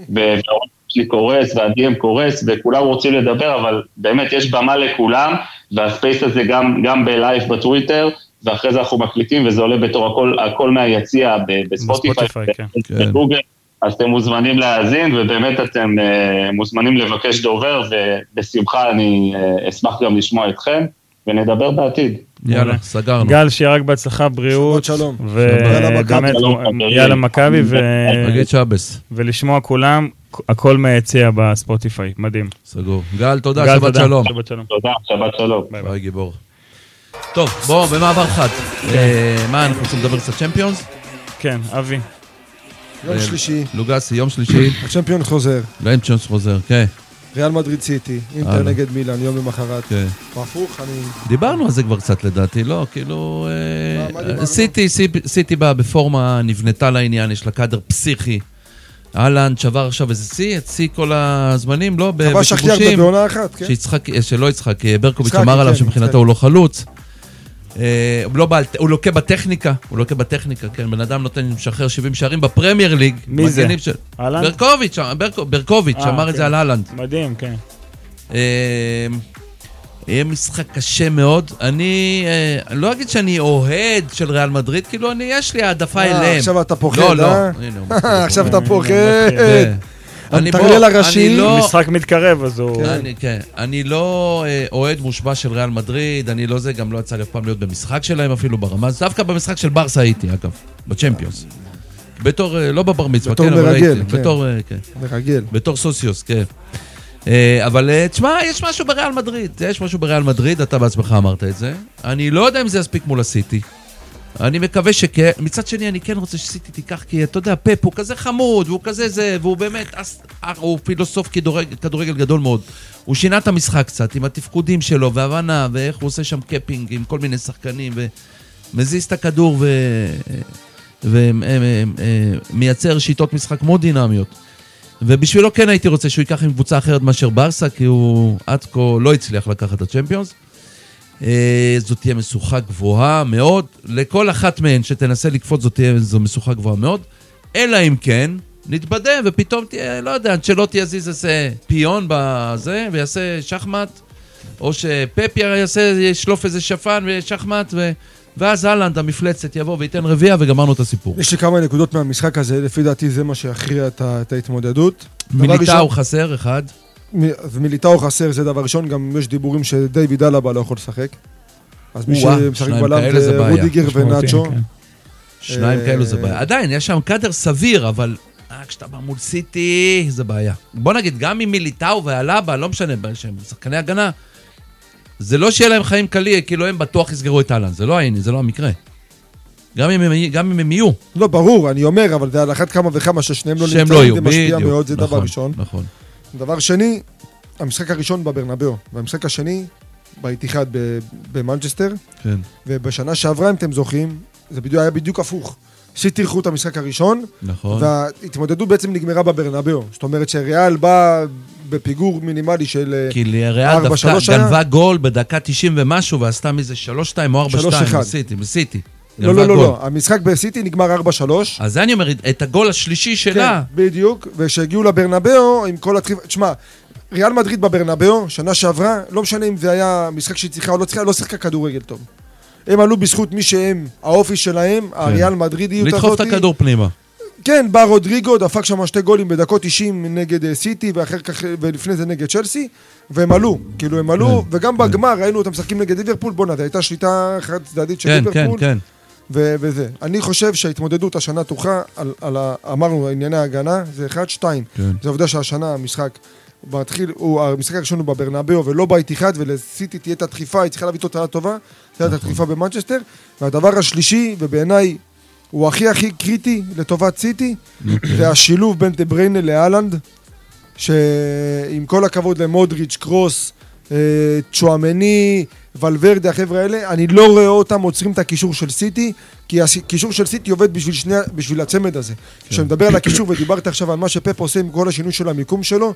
והעולם שלי קורס, והדי.אם קורס, וכולם רוצים לדבר, אבל באמת יש במה לכולם, והספייס הזה גם, גם בלייב בטוויטר, ואחרי זה אנחנו מקליטים, וזה עולה בתור הכל, הכל מהיציע ב- בספוטיפיי, בספוטיפיי, כן. כן. בגוגל, אז אתם מוזמנים להאזין, ובאמת אתם אה, מוזמנים לבקש דובר, ובשמחה אני אה, אשמח גם לשמוע אתכם, ונדבר בעתיד. יאללה, מעולה. סגרנו. אוקיי. גל, שיהיה רק בהצלחה, בריאות. שבת שלום. ובאמת, יאללה, מכבי. שלום, חברים. יאללה מכבי, ו- נגיד שבס, ולשמוע כולם, הכל מהיציע בספוטיפיי, מדהים. סגור. גל, תודה, גל, שבת שלום. שבת שלום. תודה, שבת שלום. ביי. ביי גיבור. טוב, בואו, במעבר חד. אה, מה, אנחנו רוצים לדבר קצת צ'מפיונס? כן, אבי. יום שלישי, לוגסי, יום שלישי, הצ'מפיון חוזר. ואין צ'מפיונס חוזר, כן. ריאל מדריד סיטי, אינטר הלאה. נגד מילאן, יום למחרת. כן. או הפוך, אני... דיברנו על זה כבר קצת לדעתי, לא? כאילו... אה, מה- מה דיברנו? סיטי, סיפ- סיטי באה בפורמה, נבנתה לעניין, יש לה קאדר פסיכי. אהלנד שבר עכשיו איזה שיא, את שיא כל הזמנים, לא? ב- כבש הכי הרבה בכיבושים. בעונה אחת, כן? שיצחק, אה, שלא יצחק, אה, ברקוביץ' יצחק, אמר עליו כן, יצחק. שמבחינתו הוא לא חלוץ. אה, הוא לא בעל, הוא לוקה בטכניקה, הוא לוקה בטכניקה, כן, בן אדם נותן, משחרר 70 שערים בפרמייר ליג. מי זה? מגנים של- אהלן? ברקוביץ', אה, ברקו- ברקוביץ', אה, אמר את כן. זה על אהלנד. מדהים, כן. אה, יהיה משחק קשה מאוד. אני אה, אני לא אגיד שאני אוהד של ריאל מדריד, כאילו אני, יש לי העדפה אה, אליהם. עכשיו אתה פוחד, לא, לא. אה? הנה, הוא אה, עכשיו אתה אה, פוחד. אני המטרלל בוא, אני הראשי. לא- משחק מתקרב, אז הוא... אני, כן, אני לא אה, אוהד מושבע של ריאל מדריד, אני לא זה, גם לא יצא לי אף פעם להיות במשחק שלהם אפילו ברמה, הזאת. דווקא במשחק של ברסה הייתי, אגב, בצ'מפיונס. בתור, אה, לא בבר מצווה, בתור כן, אבל מרגל, הייתי, כן. בתור, אה, כן, מרגל. בתור סוסיוס, כן. אה, אבל אה, תשמע, יש משהו בריאל מדריד, יש משהו בריאל מדריד, אתה בעצמך אמרת את זה. אני לא יודע אם זה יספיק מול הסיטי. אני מקווה שכן, מצד שני אני כן רוצה שסיטי תיקח, כי אתה יודע, פפ הוא כזה חמוד, והוא כזה זה, והוא באמת, אס- אה, הוא פילוסוף כדורג- כדורגל גדול מאוד. הוא שינה את המשחק קצת, עם התפקודים שלו, והבנה, ואיך הוא עושה שם קפינג עם כל מיני שחקנים, ומזיז את הכדור ו... אה, ומייצר שיטות משחק מאוד דינמיות. ובשבילו כן הייתי רוצה שהוא ייקח עם קבוצה אחרת מאשר ברסה, כי הוא עד כה לא הצליח לקחת את הצ'מפיונס. אה, זאת תהיה משוכה גבוהה מאוד. לכל אחת מהן שתנסה לקפוץ זאת תהיה זו משוכה גבוהה מאוד. אלא אם כן, נתבדה ופתאום תהיה, לא יודע, אנצ'לוטי יזיז איזה פיון בזה ויעשה שחמט, או שפפי יעשה, ישלוף איזה שפן ושחמט, ו... ואז אהלנד, המפלצת, יבוא וייתן רביעייה וגמרנו את הסיפור. יש לי כמה נקודות מהמשחק הזה, לפי דעתי זה מה שיכריע את ה- את ההתמודדות. דבר מיליטאו ראשון- חסר, אחד. מ- אז מיליטאו חסר, זה דבר ראשון, גם יש דיבורים שדייוויד אלבה לא יכול לשחק. אז מי או-אה, שמשחק שניים בלם כאלה זה זה בעיה. רודיגר משמעותי, ונאצ'ו. כן. שניים אה, כאלו זה בעיה. עדיין, יש שם קאדר סביר, אבל אה, כשאתה בא מול סיטי, זה בעיה. בוא נגיד, גם עם מיליטאו והלבה, לא משנה, שהם שחקני הגנה, זה לא שיהיה להם חיים קלים, כאילו הם בטוח יסגרו את אהלן. זה לא העניין, זה לא המקרה. גם אם הם, גם אם הם יהיו, לא, ברור, אני אומר, אבל זה על אחת כמה וכמה ששניהם לא שהם לא נמצאים, יהיו. זה משפיע מאוד, זה נכון, דבר ראשון. נכון. דבר שני, המשחק הראשון בברנבאו, והמשחק השני באיתיחד ב- במנצ'סטר, כן, ובשנה שעברה, אם אתם זוכרים, זה בדיוק, היה בדיוק הפוך. סיטי אירחו את המשחק הראשון, נכון. וההתמודדות בעצם נגמרה בברנבאו. זאת אומרת שריאל בא בפיגור מינימלי של אה, כי לריאל ארבע, דווקא שלוש היה? גנבה גול בדקה 90 ומשהו, ועשתה מזה 3-2 או 4-2, שלוש, אחד. בסיטי, בסיטי. לא, גנבה לא, לא, גול. לא. המשחק בסיטי נגמר 4-3. אז זה אני אומר, את הגול השלישי שלה, כן, בדיוק, וכשהגיעו לברנבאו עם כל הטריפ... תשמע, ריאל מדריד בברנבאו, שנה שעברה, לא משנה אם זה היה משחק שהיא צריכה או לא צריכה, לא שיחקה כדורגל טוב. הם עלו בזכות מי שהם, האופי שלהם, הריאל מדרידיות כן. הזאת. לדחוף את הכדור פנימה. כן, בא רודריגו, דפק שם שתי גולים בדקות 90 נגד אה, סיטי, ואחר כך, אה, ולפני זה נגד צ'לסי, והם עלו, כאילו הם עלו, כן, וגם בגמר ראינו אותם משחקים נגד ליברפול, בואנה, זו הייתה שליטה חד צדדית של כן, ליברפול. כן, כן. ו- וזה. אני חושב שההתמודדות השנה תוכה, על, על ה- אמרנו, ענייני ההגנה, זה אחד, שתיים. כן. זה העובדה שהשנה המשחק מתחיל, הוא, המשחק הראשון הוא בברנבאו ולא באיתיחד, ולסיטי תהיה את הדחיפה, היא צריכה להביא תוצאה טובה, תהיה את הדחיפה במנצ'סטר. והדבר השלישי, ובעיניי הוא הכי הכי קריטי לטובת סיטי, זה השילוב בין דה בריינה לאלנד, שעם כל הכבוד למודריץ', קרוס, אה, צ'ואמני, ולוורדה, החבר'ה האלה, אני לא רואה אותם עוצרים את הקישור של סיטי, כי הקישור של סיטי עובד בשביל, שני, בשביל הצמד הזה. כן. כשמדבר על הקישור, ודיברת עכשיו על מה שפפ עושה עם כל השינוי של המיקום שלו,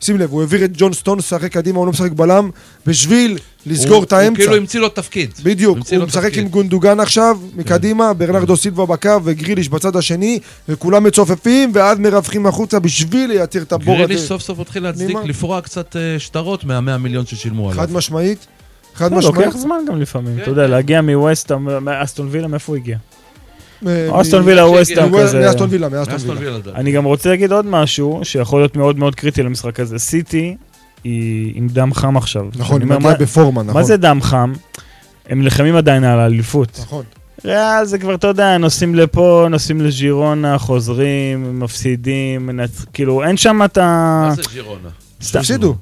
שים לב, הוא העביר את ג'ון סטון לשחק קדימה, הוא לא משחק בלם, בשביל לסגור הוא- את האמצע. הוא כאילו המציא לו תפקיד. בדיוק, המציא הוא לו משחק תפקיד. כן. עם גונדוגן עכשיו, מקדימה, ברנרדו סילבה בקו וגריליש בצד השני, וכולם מצופפים, ואז מרווחים החוצה בשביל לייצר את הבור גריליש הזה. סוף סוף התחיל להצדיק, פנימה. לפרוע קצת אה, שטרות מהמאה מיליון ששילמו עליו. חד משמעית, חד זה משמעית. לא, לוקח זמן גם לפעמים, כן, אתה יודע, להגיע מווסטהאם, מאסטון וילה, מאיפה הוא הגיע? אה, מ- אסטון וילה, שהגיע- ווסטהאם מוו- כזה. מאסטון וילה, מאסטון אסטון וילה. וילה דרך. אני גם רוצה להגיד עוד משהו שיכול להיות מאוד מאוד קריטי למשחק הזה. סיטי היא עם דם חם עכשיו. נכון, אני היא אומר, מגיעה מה- בפורמה, נכון. מה זה דם חם? הם נלחמים עדיין על האליפות. נכון. ריאל אה, זה כבר, אתה יודע, נוסעים לפה, נוסעים לז'ירונה, חוזרים, מפסידים, מנצ... כאילו, אין שם את ה... מה זה ג'ירונה? סתם. הפסידו.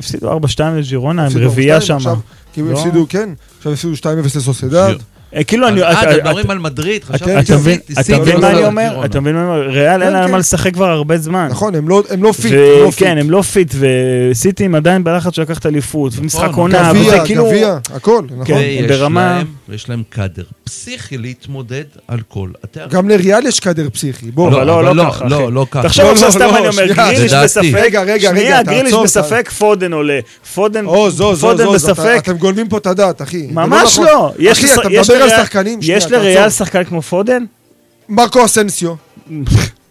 הפסידו 4-2 לז'ירונה, הם הפסידו רביעייה שתיים, שם. עכשיו, כי הם לא. הפסידו, כן, עכשיו הפסידו 2-0 לסוסיידד. ג'יר- אה, כאילו אני... אה, אתה- אתם אתה- מדברים על מדריד, חשבתי אתם- אתה על מבין- סיטי, אתה סיטי, מבין לא מה אני על אומר? גירונה. אתה מבין מה אני אומר? ריאל אין כן, להם כן. מה לשחק כבר הרבה זמן. נכון, הם לא- הם לא פיט, הם לא וכן, פיט. הם לא פיט, וסיטי הם עדיין בלחץ של לקחת אליפות, נכון, ומשחק עונה, וזה גביע, כאילו... גביע, הכל, נכון. כן. ויש ברמה- להם- יש להם קאדר פסיכי להתמודד על כל אתר. גם לריאל יש קאדר פסיכי, בוא. לא, לא, אבל לא ככה, לא, אחי. לא ככה. תחשוב לא, עכשיו לא, סתם לא, אני אומר, שנייה. גריליש לדעתי. בספק, רגע, רגע, שנייה, רגע, תעצור, גריליש תעצור. בספק, פודן עולה, פודן, עוז, עוז, עוז, פודן עוז, אתה- בספק, אתם גולמים פה את הדעת, אחי. זה לא ממש נכון. לא, יש אחי, לש- אתה יש מדבר על לריאל- שחקנים, שנייה, יש תעצור. לריאל שחקן כמו פודן? מרקו אסנסיו.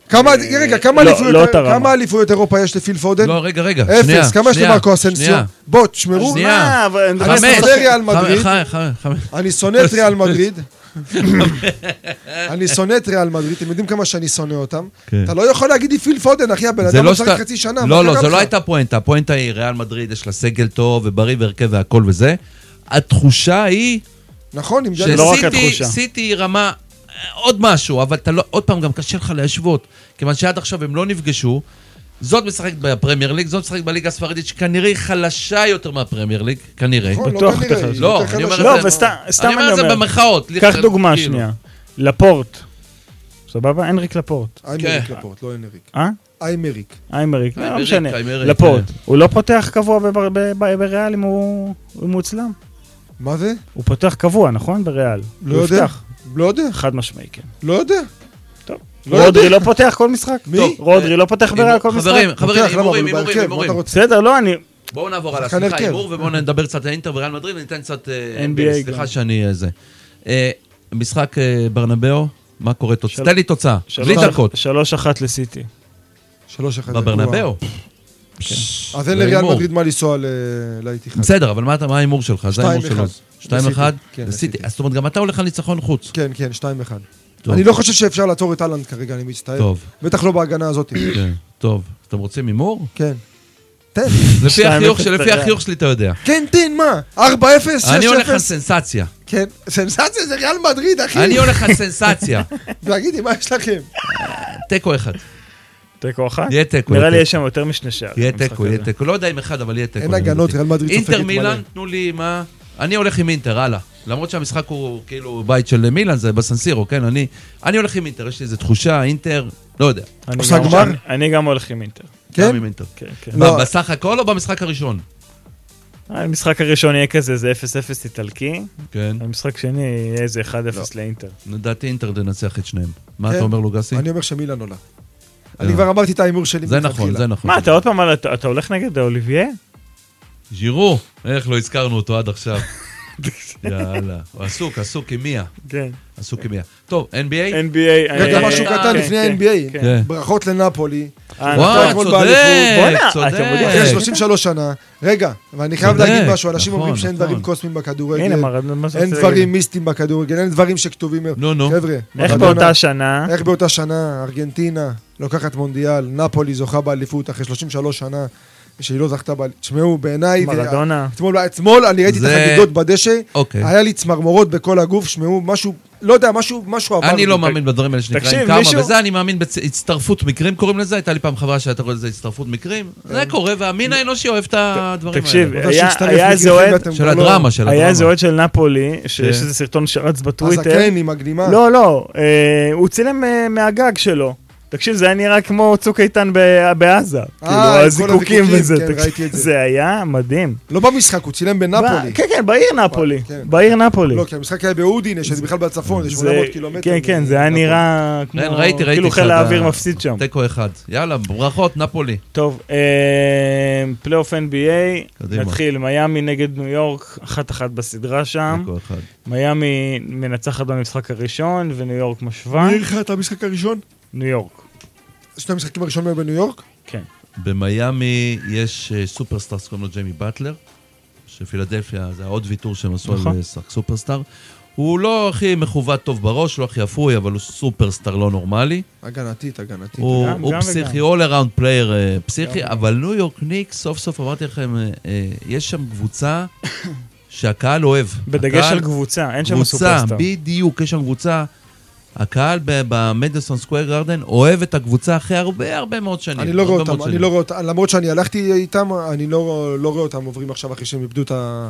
כמה, רגע, כמה לא, אליפויות- לא אותה רמה. כמה אליפויות אירופה יש לפיל פודן? לא, רגע, רגע, שנייה. אפס, כמה יש שנייה, למרקו אסנסיו? שנייה. בוא, תשמרו, שנייה. מה, אבל- אני מדבר חמש, על שחקן- אתה מדבר על מדריד? חמש, חמש, חמש. אני שונא את ריאל מדריד. אני שונא את ריאל מדריד, אתם יודעים כמה שאני שונא אותם. כן. אתה לא יכול להגיד לי פיל פודן, אחי, הבן זה אדם לא עכשיו שאתה- חצי שנה. מה לא, לא, קרה זו לא לך? הייתה הפואנטה. הפואנטה היא ריאל מדריד, יש לה סגל טוב ובריא והרכב והכל וזה. התחושה היא נכון, עם ג'אנס. לא רק שסיטי התחושה. סיטי היא רמה אה, עוד משהו, אבל אתה לא, עוד פעם, גם קשה לך להשוות, כיוון שעד עכשיו הם לא נפגשו. זאת משחקת בפרמייר ליג, זאת משחקת בליגה הספרדית, שכנראה היא חלשה יותר מהפרמייר ליג, כנראה. נכון, לא בטוח כנראה, יותר היא לא, יותר אני אומר חלשה. את לא, זה- וסתם- סתם אני אומר את זה במרכאות. לי- קח דוגמה כאילו. שנייה, לפורט, סבבה? הנריק לפורט, איימריק כן. לפורט, לא אנריק. אה? איימריק. איימריק, לא איימריק, משנה, איימריק, לפורט. כן. הוא לא פותח קבוע בבר- ב- ב- בריאל אם הוא אם הוא אצלם? מה זה? הוא פותח קבוע, נכון? בריאל. לא הוא יודע. יפתח. לא יודע, חד משמעי, כן. לא יודע. טוב. לא יודע. רודרי לא פותח כל משחק? מי? אה, טוב, רודרי לא פותח בריאל כל משחק? חברים, חברים, לוקח, למה? הימורים, אבל הוא הימורים, בהרכב, מה אתה הימורים. רוצה? בסדר, לא, אני... בואו נעבור על שחקן הסליחה, הרכב. הימור, ובואו נדבר קצת על אינטר וריאל מדריד, וניתן קצת אה, NBA NBA, סליחה גם. שאני אה, זה. אה, משחק אה, ברנבאו, מה קורה של- תוצאה? תן לי תוצאה, בלי שלוש- דקות. שלוש אחת לסיטי. שלוש אחד. בברנבאו. אז אין זה לריאל הימור. מדריד מה לנסוע ל- לאיתיחד. בסדר, אבל מה אתה- מה ההימור שלך? זה ההימור שלו. 2-1. 2-1 כן, לסיטי. לסיטי. אז זאת אומרת, גם אתה הולך על ניצחון חוץ. כן, כן, שתיים אחד. טוב. אני לא חושב שאפשר לעצור את אהלנד כרגע, אני מצטער. טוב, בטח לא בהגנה הזאת. כן, טוב. אתם רוצים הימור? כן. תן, לפי החיוך של- 2-0 לפי החיוך שלי אתה יודע. כן, תן, מה? 4-0, 6-0. אני הולך על סנסציה. כן, סנסציה זה ריאל מדריד, אחי. אני הולך על סנסציה. תגידי, מה יש לכם? תיקו אחד. תיקו אחת? יהיה תיקו. נראה לי תיקו. יש שם יותר משני שערים. יהיה במשחק תיקו, יהיה הזה. תיקו. לא יודע אם אחד, אבל יהיה תיקו. אין אני הגנות, מבין. ריאל מדריד צופקת אינטר מלא. מילאן, תנו לי מה... אני הולך עם אינטר, הלאה. למרות שהמשחק הוא כאילו בית של מילאן, זה בסנסירו, כן? אני אני הולך עם אינטר, יש לי איזו תחושה, אינטר, לא יודע. אני עושה גם- גמר? אני- אני גם הולך עם אינטר. גם כן? עם אינטר. כן, כן. לא. ב- בסך הכל או במשחק הראשון? המשחק הראשון יהיה כזה, זה 0-0 איטלקי. כן. המשחק שני יהיה איזה לא. 1-0 לאינטר. לדעתי אינטר תנצח את שניהם. מה כן. אתה אומר, לוגסי? אני אומר שמילן עולה. אני כבר אמרתי את ההימור שלי. אה. זה מלכתחילה. נכון, זה נכון. מה, אתה עוד פעם, על- אתה אתה הולך נגד האוליביה? ז'ירו, איך לא הזכרנו אותו עד עכשיו. יאללה. הוא עסוק, עסוק עם מיה. כן. עסוק עם מיה. טוב, NBA? NBA... רגע, אה, משהו אה, קטן כן, לפני כן, ה-NBA. כן. נכון. כן. ברכות לנפולי. אה, וואו, נכון. אתמול צודק, באליפות. בואנה, אתם יודעים, אחרי כן. צודק. 33 שנה. רגע, ואני חייב צודק, להגיד משהו, אנשים נכון, אומרים שאין נכון. דברים קוסמיים בכדורגל. הנה, מה מה זה אין רוצה דברים להגיד? מיסטיים בכדורגל, אין דברים שכתובים. נו, נו. חבר'ה, איך מרדונה- באותה שנה? איך באותה שנה ארגנטינה לוקחת מונדיאל, נפולי זוכה באליפות אחרי 33 שנה שהיא לא זכתה באליפות. תשמעו, בעיניי... זה- מרדונה. אתמול, אתמול אני ראיתי את זה- החגיגות בדשא, אוקיי. היה לי צמרמורות בכל הגוף, שמעו, משהו, לא יודע, משהו, משהו עבר. אני לי. לא מאמין בדברים האלה תקשיב, שנקראים כמה מישהו- וזה, אני מאמין בהצטרפות מקרים קוראים לזה, הייתה לי פעם חברה שהייתה קוראת לזה הצטרפות מקרים, זה קורה, והמין האנושי אוהב את הדברים כן. תקשיב, האלה. אה, אתה היה- שהצטרף היה איזה מקריכם אוהד, ואתם של כבר לא- הדרמה, של היה איזה הדרמה. אוהד של נפולי, שיש כן. איזה סרטון שרץ בטוויטר. הזקן עם הגלימה. לא, לא, אה, הוא צילם אה, מהגג שלו. תקשיב, זה היה נראה כמו צוק איתן ב- בעזה. כאילו, אה, עם כל הזיקוקים הזיקוקים, וזה. כן, תקשיב, ראיתי את זה. זה היה מדהים. לא במשחק, הוא צילם בנפולי. ב- כן, כן, בעיר נפולי. כן. בעיר נפולי. לא, כי המשחק היה באודינה, שזה בכלל בצפון, זה זה- 800 קילומטר. נכון. כן, כן, זה היה מנפולי. נראה כמו... כן, ראיתי, ראיתי. כאילו חיל אחד, האוויר אה, מפסיד שם. תיקו אחד. יאללה, ברכות, נפולי. טוב, אה, פלייאוף NBA, קדימה. נתחיל, מיאמי נגד ניו יורק, אחת אחת בסדרה שם. תיקו אחד. מיאמי מנצחת במשחק הראשון, וניו יורק משווה. מי אירחה את המשחק הראשון? ניו יורק. שני המשחקים הראשונים היו בניו יורק? כן. במיאמי יש אה, סופרסטאר שקוראים לו ג'יימי באטלר, שפילדלפיה זה העוד ויתור שהם עשו נכון. על אה, שחק- סופרסטאר. הוא לא הכי מכוות טוב בראש, לא הכי אפוי, אבל הוא סופרסטאר לא נורמלי. הגנתית, הגנתית. הוא, גם- הוא גם פסיכי, וגם. all around player אה, פסיכי, אבל ניו יורק ניק, סוף סוף אמרתי לכם, אה, אה, יש שם קבוצה שהקהל אוהב. בדגש הקהל- על קבוצה, אין שם קבוצה, סופרסטאר. בדיוק, יש שם קבוצה. הקהל ב- במדיסון סקוויר גרדן אוהב את הקבוצה אחרי הרבה הרבה מאוד שנים. אני לא הרבה רואה מאוד אותם, אני שנים. לא רואה אותם, למרות שאני הלכתי איתם, אני לא לא רואה אותם עוברים עכשיו אחרי שהם איבדו את ה...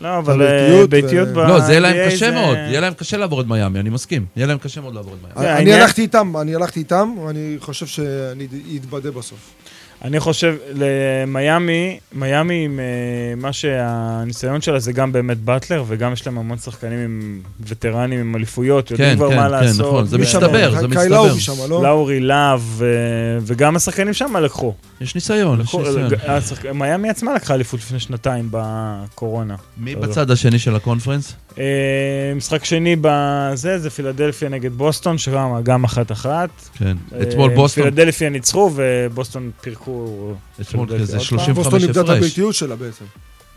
לא, אבל ביתיות אה, ו- ביתיות ב... לא, זה יהיה להם NBA קשה זה- מאוד, יהיה להם קשה לעבור את מיאמי, אני מסכים. יהיה להם קשה מאוד לעבור את מיאמי. אני העניין- הלכתי איתם, אני הלכתי איתם, ואני חושב שאני אתבדה בסוף. אני חושב, למיאמי, מיאמי עם אה, מה שהניסיון שלה זה גם באמת באטלר, וגם יש להם המון שחקנים עם וטרנים, עם אליפויות, יודעים כן, כבר כן, מה כן, לעשות. נכון, זה ו- מי מסתבר, שם? זה קאי מסתבר. לאורי שם, לא? לאורי להב, ו- וגם השחקנים שם לקחו. יש ניסיון, יש לקחו- אה, ניסיון. השחק- מיאמי עצמה לקחה אליפות לפני שנתיים בקורונה. מי לא יודע. בצד השני של הקונפרנס? אה, משחק שני בזה, זה פילדלפיה נגד בוסטון, שגם גם אחת-אחת. כן. אתמול אה, בוסטון, פילדלפיה ניצחו ובוסטון פירקו... אתמול כזה עוד 35 בוסטון איבדה את הפרש. הביתיות שלה בעצם.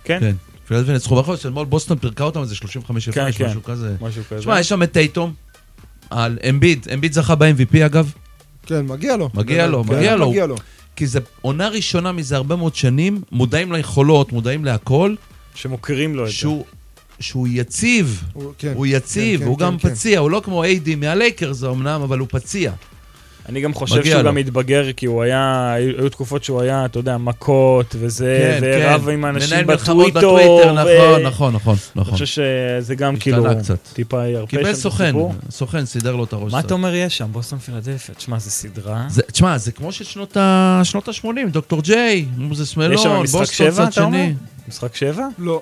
כן, כן. פילדלפיה ניצחו בחוץ, אתמול בוסטון פירקה אותם איזה 35 כן, הפרש, כן. משהו כזה. משהו כזה. תשמע, יש שם את טייטום, על אמביד, אמביד זכה ב-MVP אגב, כן, מגיע לו. מגיע לו, כן, מגיע לו. מגיע לו. כי זו עונה ראשונה מזה הרבה מאוד שנים, מודעים ליכולות, מודעים להכל, שמוכרים לו את זה. שהוא- שהוא יציב, הוא- כן. הוא יציב, כן, הוא כן, גם כן. פציע, הוא לא כמו איידי מהלייקרס אמנם, אבל הוא פציע. אני גם חושב מגיע שהוא לו. גם התבגר, כי הוא היה, היו היו תקופות שהוא היה, אתה יודע, מכות וזה, כן, ורב כן. אה, עם מנהל אנשים מלחמות בטוויטר. ו- נכון, נכון, נכון, אני נכון. חושב שזה גם השתנה כאילו קצת. טיפה ירפה שם קיבל את סוכן, הסיפור. סוכן סידר לו את הראש. מה קצת. אתה אומר יש שם? בוסטון פילדלפיה. תשמע, זו סדרה. זה- תשמע, זה כמו של שנות ה-80, דוקטור ג'יי, מוזס יש שם מלון, משחק לא, בוסטון שבע, צד אתה אומר? שני. משחק שבע? לא,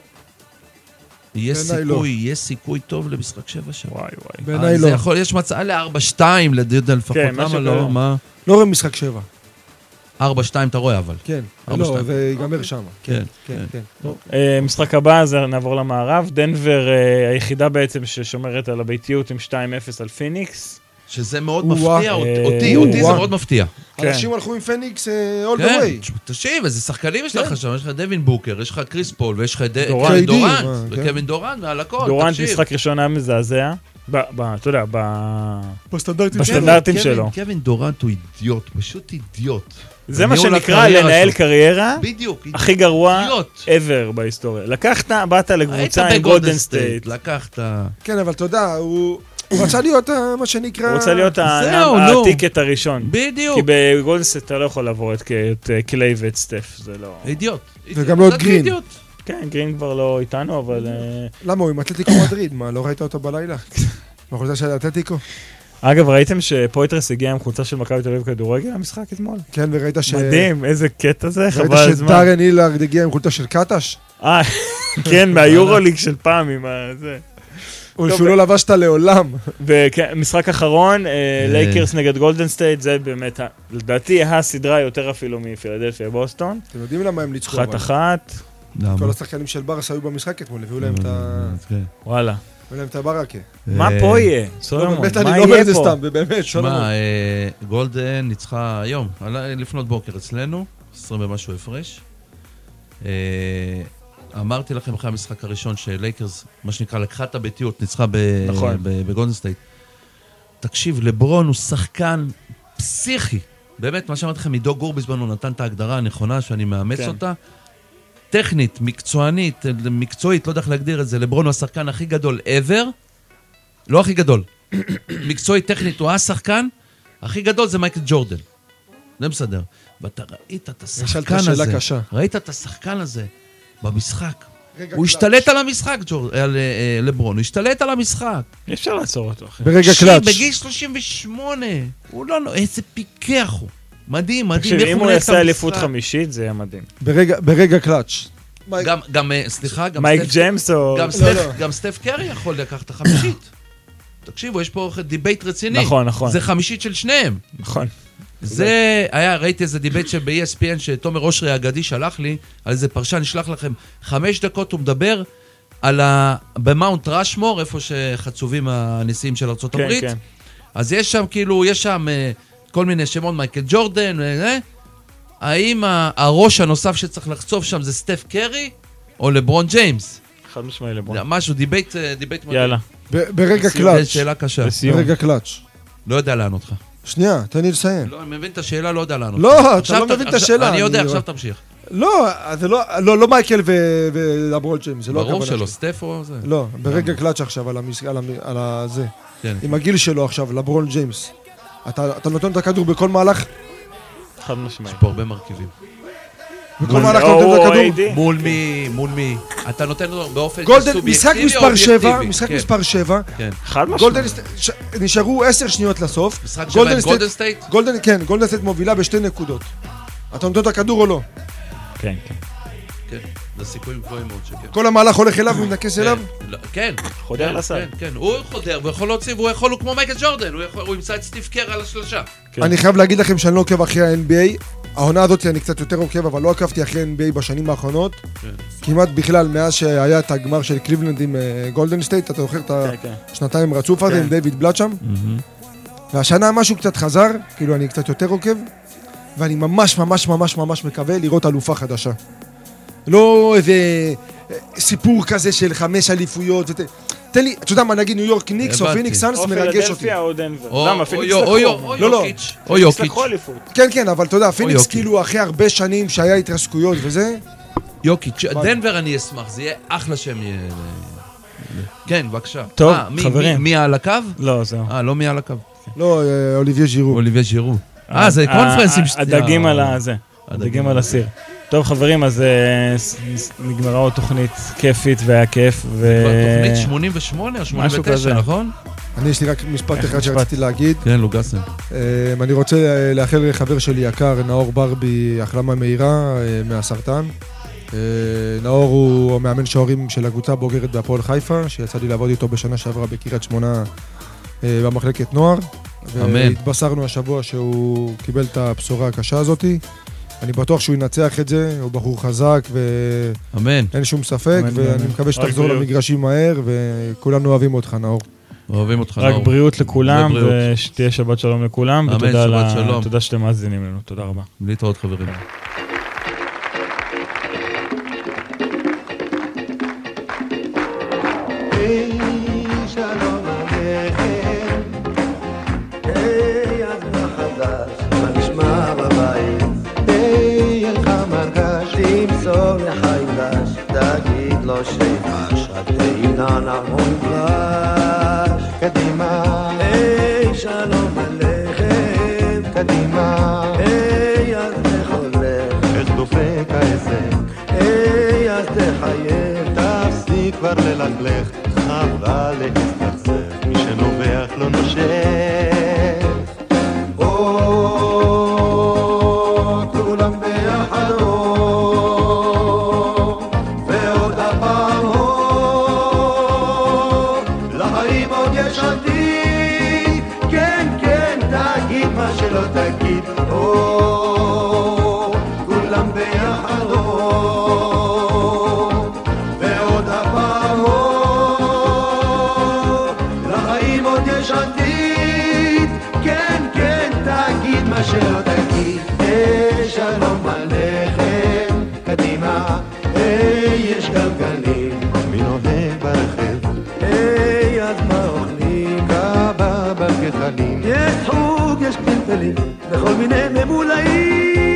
יהיה בעיניי לא. סיכוי, יהיה סיכוי טוב למשחק שבע שם. וואי וואי. בעיניי אז לא. זה יכול, יש מצעה ל-4-2 לדודה לפחות, כן, משהו למה כזה. לא? מה? לא רואה משחק שבע. 4-2 אתה רואה אבל. כן. ארבע, לא, שתיים. זה אוקיי. ייגמר שם. כן, כן, כן. אה, משחק הבא, אז נעבור למערב. דנבר, אה, היחידה בעצם ששומרת על הביתיות עם 2-0 על פיניקס. שזה מאוד או-אה. מפתיע, אות- אה, אותי, אותי זה או-אה. מאוד מפתיע. כן. אנשים הלכו עם פניקס אה, אול דה כן, ווי. תש- תקשיב, איזה שחקנים יש כן. לך שם, יש לך דווין בוקר, יש לך קריס פול, ויש לך ד- דורנט. קווין דורנט, אה, כן. וקווין דורנט, ועל הכל, דורנט אה, תקשיב. משחק ראשון היה מזעזע. ב- ב- אתה יודע, ב... בסטנדרטים בסטנדרט. שלו. הסטנדרטים קווין- שלו. קווין דורנט הוא אידיוט, פשוט אידיוט. זה מה בניהול שנקרא הקריירה לנהל שלו. קריירה בדיוק, אידיוט. הכי גרוע אידיוט. ever בהיסטוריה. לקחת, באת היית לקבוצה עם בגולדן גולדן סטייט, סטייט. לקחת... כן, אבל אתה יודע, הוא הוא רצה להיות אה, מה שנקרא... הוא רוצה להיות ה- זהו, נו. הטיקט הראשון. כי בדיוק, בגולדן סטייט אתה לא יכול לעבור את ק- את אה, קליי ואת סטף, זה לא... אידיוט. וגם לא אידיוט, את גרין. אידיוט. כן, גרין כבר לא איתנו, אבל... אה, למה, הוא עם אתלטיקו מדריד, מה, לא ראית אותו בלילה? בחולצה של אתלטיקו? אגב, ראיתם שפויטרס הגיע עם חולצה של מכבי תל אביב כדורגל למשחק אתמול? כן, וראית ש... מדהים, איזה קטע זה, ראית חבל על הזמן. שדארן הילארד הגיע עם חולצה של קטש? אה, כן, מהיורוליג של פעם עם ה... זה. או טוב, שהוא ו- לא לבש אותה לעולם. וכן, משחק אחרון, אה, אה. לייקרס נגד גולדן סטייט, זה באמת, ה- לדעתי, הסדרה יותר אפילו מפילדלפיה בוסטון. אתם יודעים למה הם ניצחו? אבל? אחת-אחת, כל למה? השחקנים של ברס היו במשחק אתמול, הביאו להם את ה- כן. וואלה. הביאו להם את הברקה. מה אה, פה יהיה? לא, סולומון, באמת, מה אני לא אומר יהיה את זה פה? סתם, באמת, סולומון. שמע, אה, גולדן ניצחה היום, עלה לפנות בוקר אצלנו, 20 ומשהו הפרש. אה, אמרתי לכם אחרי המשחק הראשון שלייקרס, מה שנקרא, לקחה את הביתיות, ניצחה ב- נכון. ב- בגולדן סטייט. תקשיב, לברון הוא שחקן פסיכי. באמת, מה שאמרתי לכם, עידו גור בזמנו נתן את ההגדרה הנכונה שאני מאמץ כן. אותה. טכנית, מקצוענית, מקצועית, לא יודע איך להגדיר את זה, לברון הוא השחקן הכי גדול ever, לא הכי גדול, מקצועית, טכנית, הוא השחקן, הכי גדול זה מייקל ג'ורדן. זה מסדר. ואתה ראית את השחקן שאלה הזה, קשה. ראית את השחקן הזה במשחק. רגע הוא קלאץ'. השתלט על המשחק, ג'ור- על, אה, אה, לברון, הוא השתלט על המשחק. אי אפשר לעצור אותו, אחי. ברגע תקשיב, קלאץ'. בגיל 38, הוא לא... נו- איזה פיקח הוא. מדהים, מדהים. תקשיב, איך אם הוא מנהל את יעשה אליפות המשחק. חמישית, זה יהיה מדהים. ברגע- ברגע קלאץ'. גם, גם, אה, סליחה, גם מייק סטף- ג'יימס או... גם לא. סטף- גם סטף קרי יכול לקחת את החמישית. תקשיבו, יש פה דיבייט רציני. נכון, נכון. זה חמישית של שניהם. נכון. זה היה, ראיתי איזה דיבייט שב-ESPN, שתומר אושרי האגדי שלח לי, על איזה פרשן, נשלח לכם. חמש דקות הוא מדבר על ה... במאונט רשמור, איפה שחצובים הנשיאים של ארה"ב. כן, כן. אז יש שם, כאילו, יש שם אה, כל מיני שמות, מייקל ג'ורדן, אה, אה. האם ה- הראש הנוסף שצריך לחצוב שם זה סטף קרי או לברון ג'יימס? חד משמעי זה לברון. משהו, דיבייט, אה, דיבייט מדהים. יאללה, ב- ברגע סיום, קלאץ'. שאלה קשה. לסיום. ברגע קלאץ'. לא יודע לענות לך. שנייה, תן לי לסיים. לא, אני מבין את השאלה, לא יודע לענות. לא, לך. אתה עכשיו לא מבין את עכשיו- השאלה, אני יודע, אני- עכשיו תמשיך. לא, זה לא, לא, לא מייקל ו- ולברון ג'יימס, זה לא ברור הכוונה שלא, שלי. סטף או זה. לא, ברגע קלאץ' עכשיו על, המס... על, המ... על הזה, כן. עם הגיל שלו עכשיו, לברון ג'יימס. אתה, אתה נותן את הכדור בכל מהלך, חד משמעי. יש פה הרבה מרכיבים. וכל פעם אנחנו נותנים את או הכדור. AD. מול מי, מול מי. אתה נותן לו באופן גולדן, סובייקטיבי משחק או מספר 7, אובייקטיבי? משחק כן. מספר 7, חד משמעית. גולדן, ש- נשארו 10 שניות לסוף. משחק שבע גולדן עם סטייט- גולדן סטייט? גולדן, כן, גולדן סטייט מובילה בשתי נקודות. אתה נותן את הכדור או לא? כן, כן. כן, זה סיכויים גבוהים מאוד שכן. כל המהלך הולך אליו ומנקס אליו? כן, לא, כן. חודר כן, לסל. כן, כן, הוא חודר, הוא יכול להוציא, והוא יכול, הוא כמו מייקל ג'ורדן, הוא יכול- הוא ימצא את סטיב קר על השלושה. כן. אני חייב להגיד לכם שאני לא עוקב אחרי ה-NBA. העונה הזאת אני קצת יותר עוקב, אבל לא עקבתי אחרי NBA בשנים האחרונות. כן. כמעט בכלל, מאז שהיה את הגמר של קליבלנד עם אה, גולדן סטייט, אתה זוכר את כן, כן. השנתיים רצוף הזה כן. עם דיוויד בלאט שם? והשנה משהו קצת חזר, כאילו אני קצת יותר עוקב, ואני ממש ממש ממש ממש מקווה לראות אלופה חדשה. לא איזה אה, סיפור כזה של חמש אליפויות, ות... תן לי, אתה יודע מה, נגיד ניו יורק ניקס או הבנתי. פיניקס סאנס או מרגש אותי. פילדלפיה או דנבר. או- למה? או פיניקס יו- או יו- לקחו. או לא, לא. יוקיץ', או יוקיץ'. לקחו אליפות. כן, כן, אבל אתה יודע, פיניקס יוקיץ'. כאילו אחרי הרבה שנים שהיה התרסקויות וזה, יוקיץ', דנבר אני אשמח, זה יהיה אחלה שם יהיה... כן, בבקשה. טוב, אה, מי- חברים. מי- מי על הקו? לא, זהו. אה, לא מי על הקו. לא, אה, אוליביה ז'ירו. אוליביה ז'ירו. אה, זה ה- קונפרנסים. ה- הדגים אה. על הזה. הדגים על הסיר. טוב חברים, אז אה, ס- ס- נגמרה עוד תוכנית כיפית והיה כיף. ו- תוכנית 88 או 89, כזה. נכון? אני, יש לי רק משפט אחד משפט? שרציתי להגיד. כן, לוגסה. אה, אני רוצה אה, לאחל לחבר שלי יקר, נאור ברבי, החלמה מהירה אה, מהסרטן. אה, נאור הוא המאמן שוערים של הקבוצה הבוגרת בהפועל חיפה, שיצא לי לעבוד איתו בשנה שעברה בקריית שמונה אה, במחלקת נוער. אמן. והתבשרנו השבוע שהוא קיבל את הבשורה הקשה הזאתי. אני בטוח שהוא ינצח את זה, הוא בחור חזק ו... אמן. אין שום ספק, אמן, ואני אמן. מקווה שתחזור בריאות. למגרשים מהר, וכולנו אוהבים אותך, נאור. אוהבים אותך, רק נאור. בריאות לכולם, ובריאות. ושתהיה שבת שלום לכולם, אמן, ותודה על ה- שבת שלום. תודה שאתם מאזינים לנו, תודה רבה. להתראות, חברים. תגיד לו שיפש, עד לעידן המונגלש. קדימה, היי שלום עליכם, קדימה, היי אז איך הולך, איך דופק העסק, היי אז תחייב, תפסיק כבר ללכלך, חבל להסתכסך, מי שנובח לא נושך. או, כולם ביחד או, ועוד הפעם או, לחיים עוד יש עתיד, כן, כן, תגיד מה שלא תגיד, או, כולם ביחד או, ועוד הפעם או, לחיים עוד יש עתיד, כן, כן, תגיד מה שלא תגיד. אה, שלום עליכם, קדימה, אה, יש גלגלים, מי נוהג ברכב? היי, אז מה אוכלים? קבב על גחלים. יש חוג, יש פלפלים, וכל מיני ממולאים.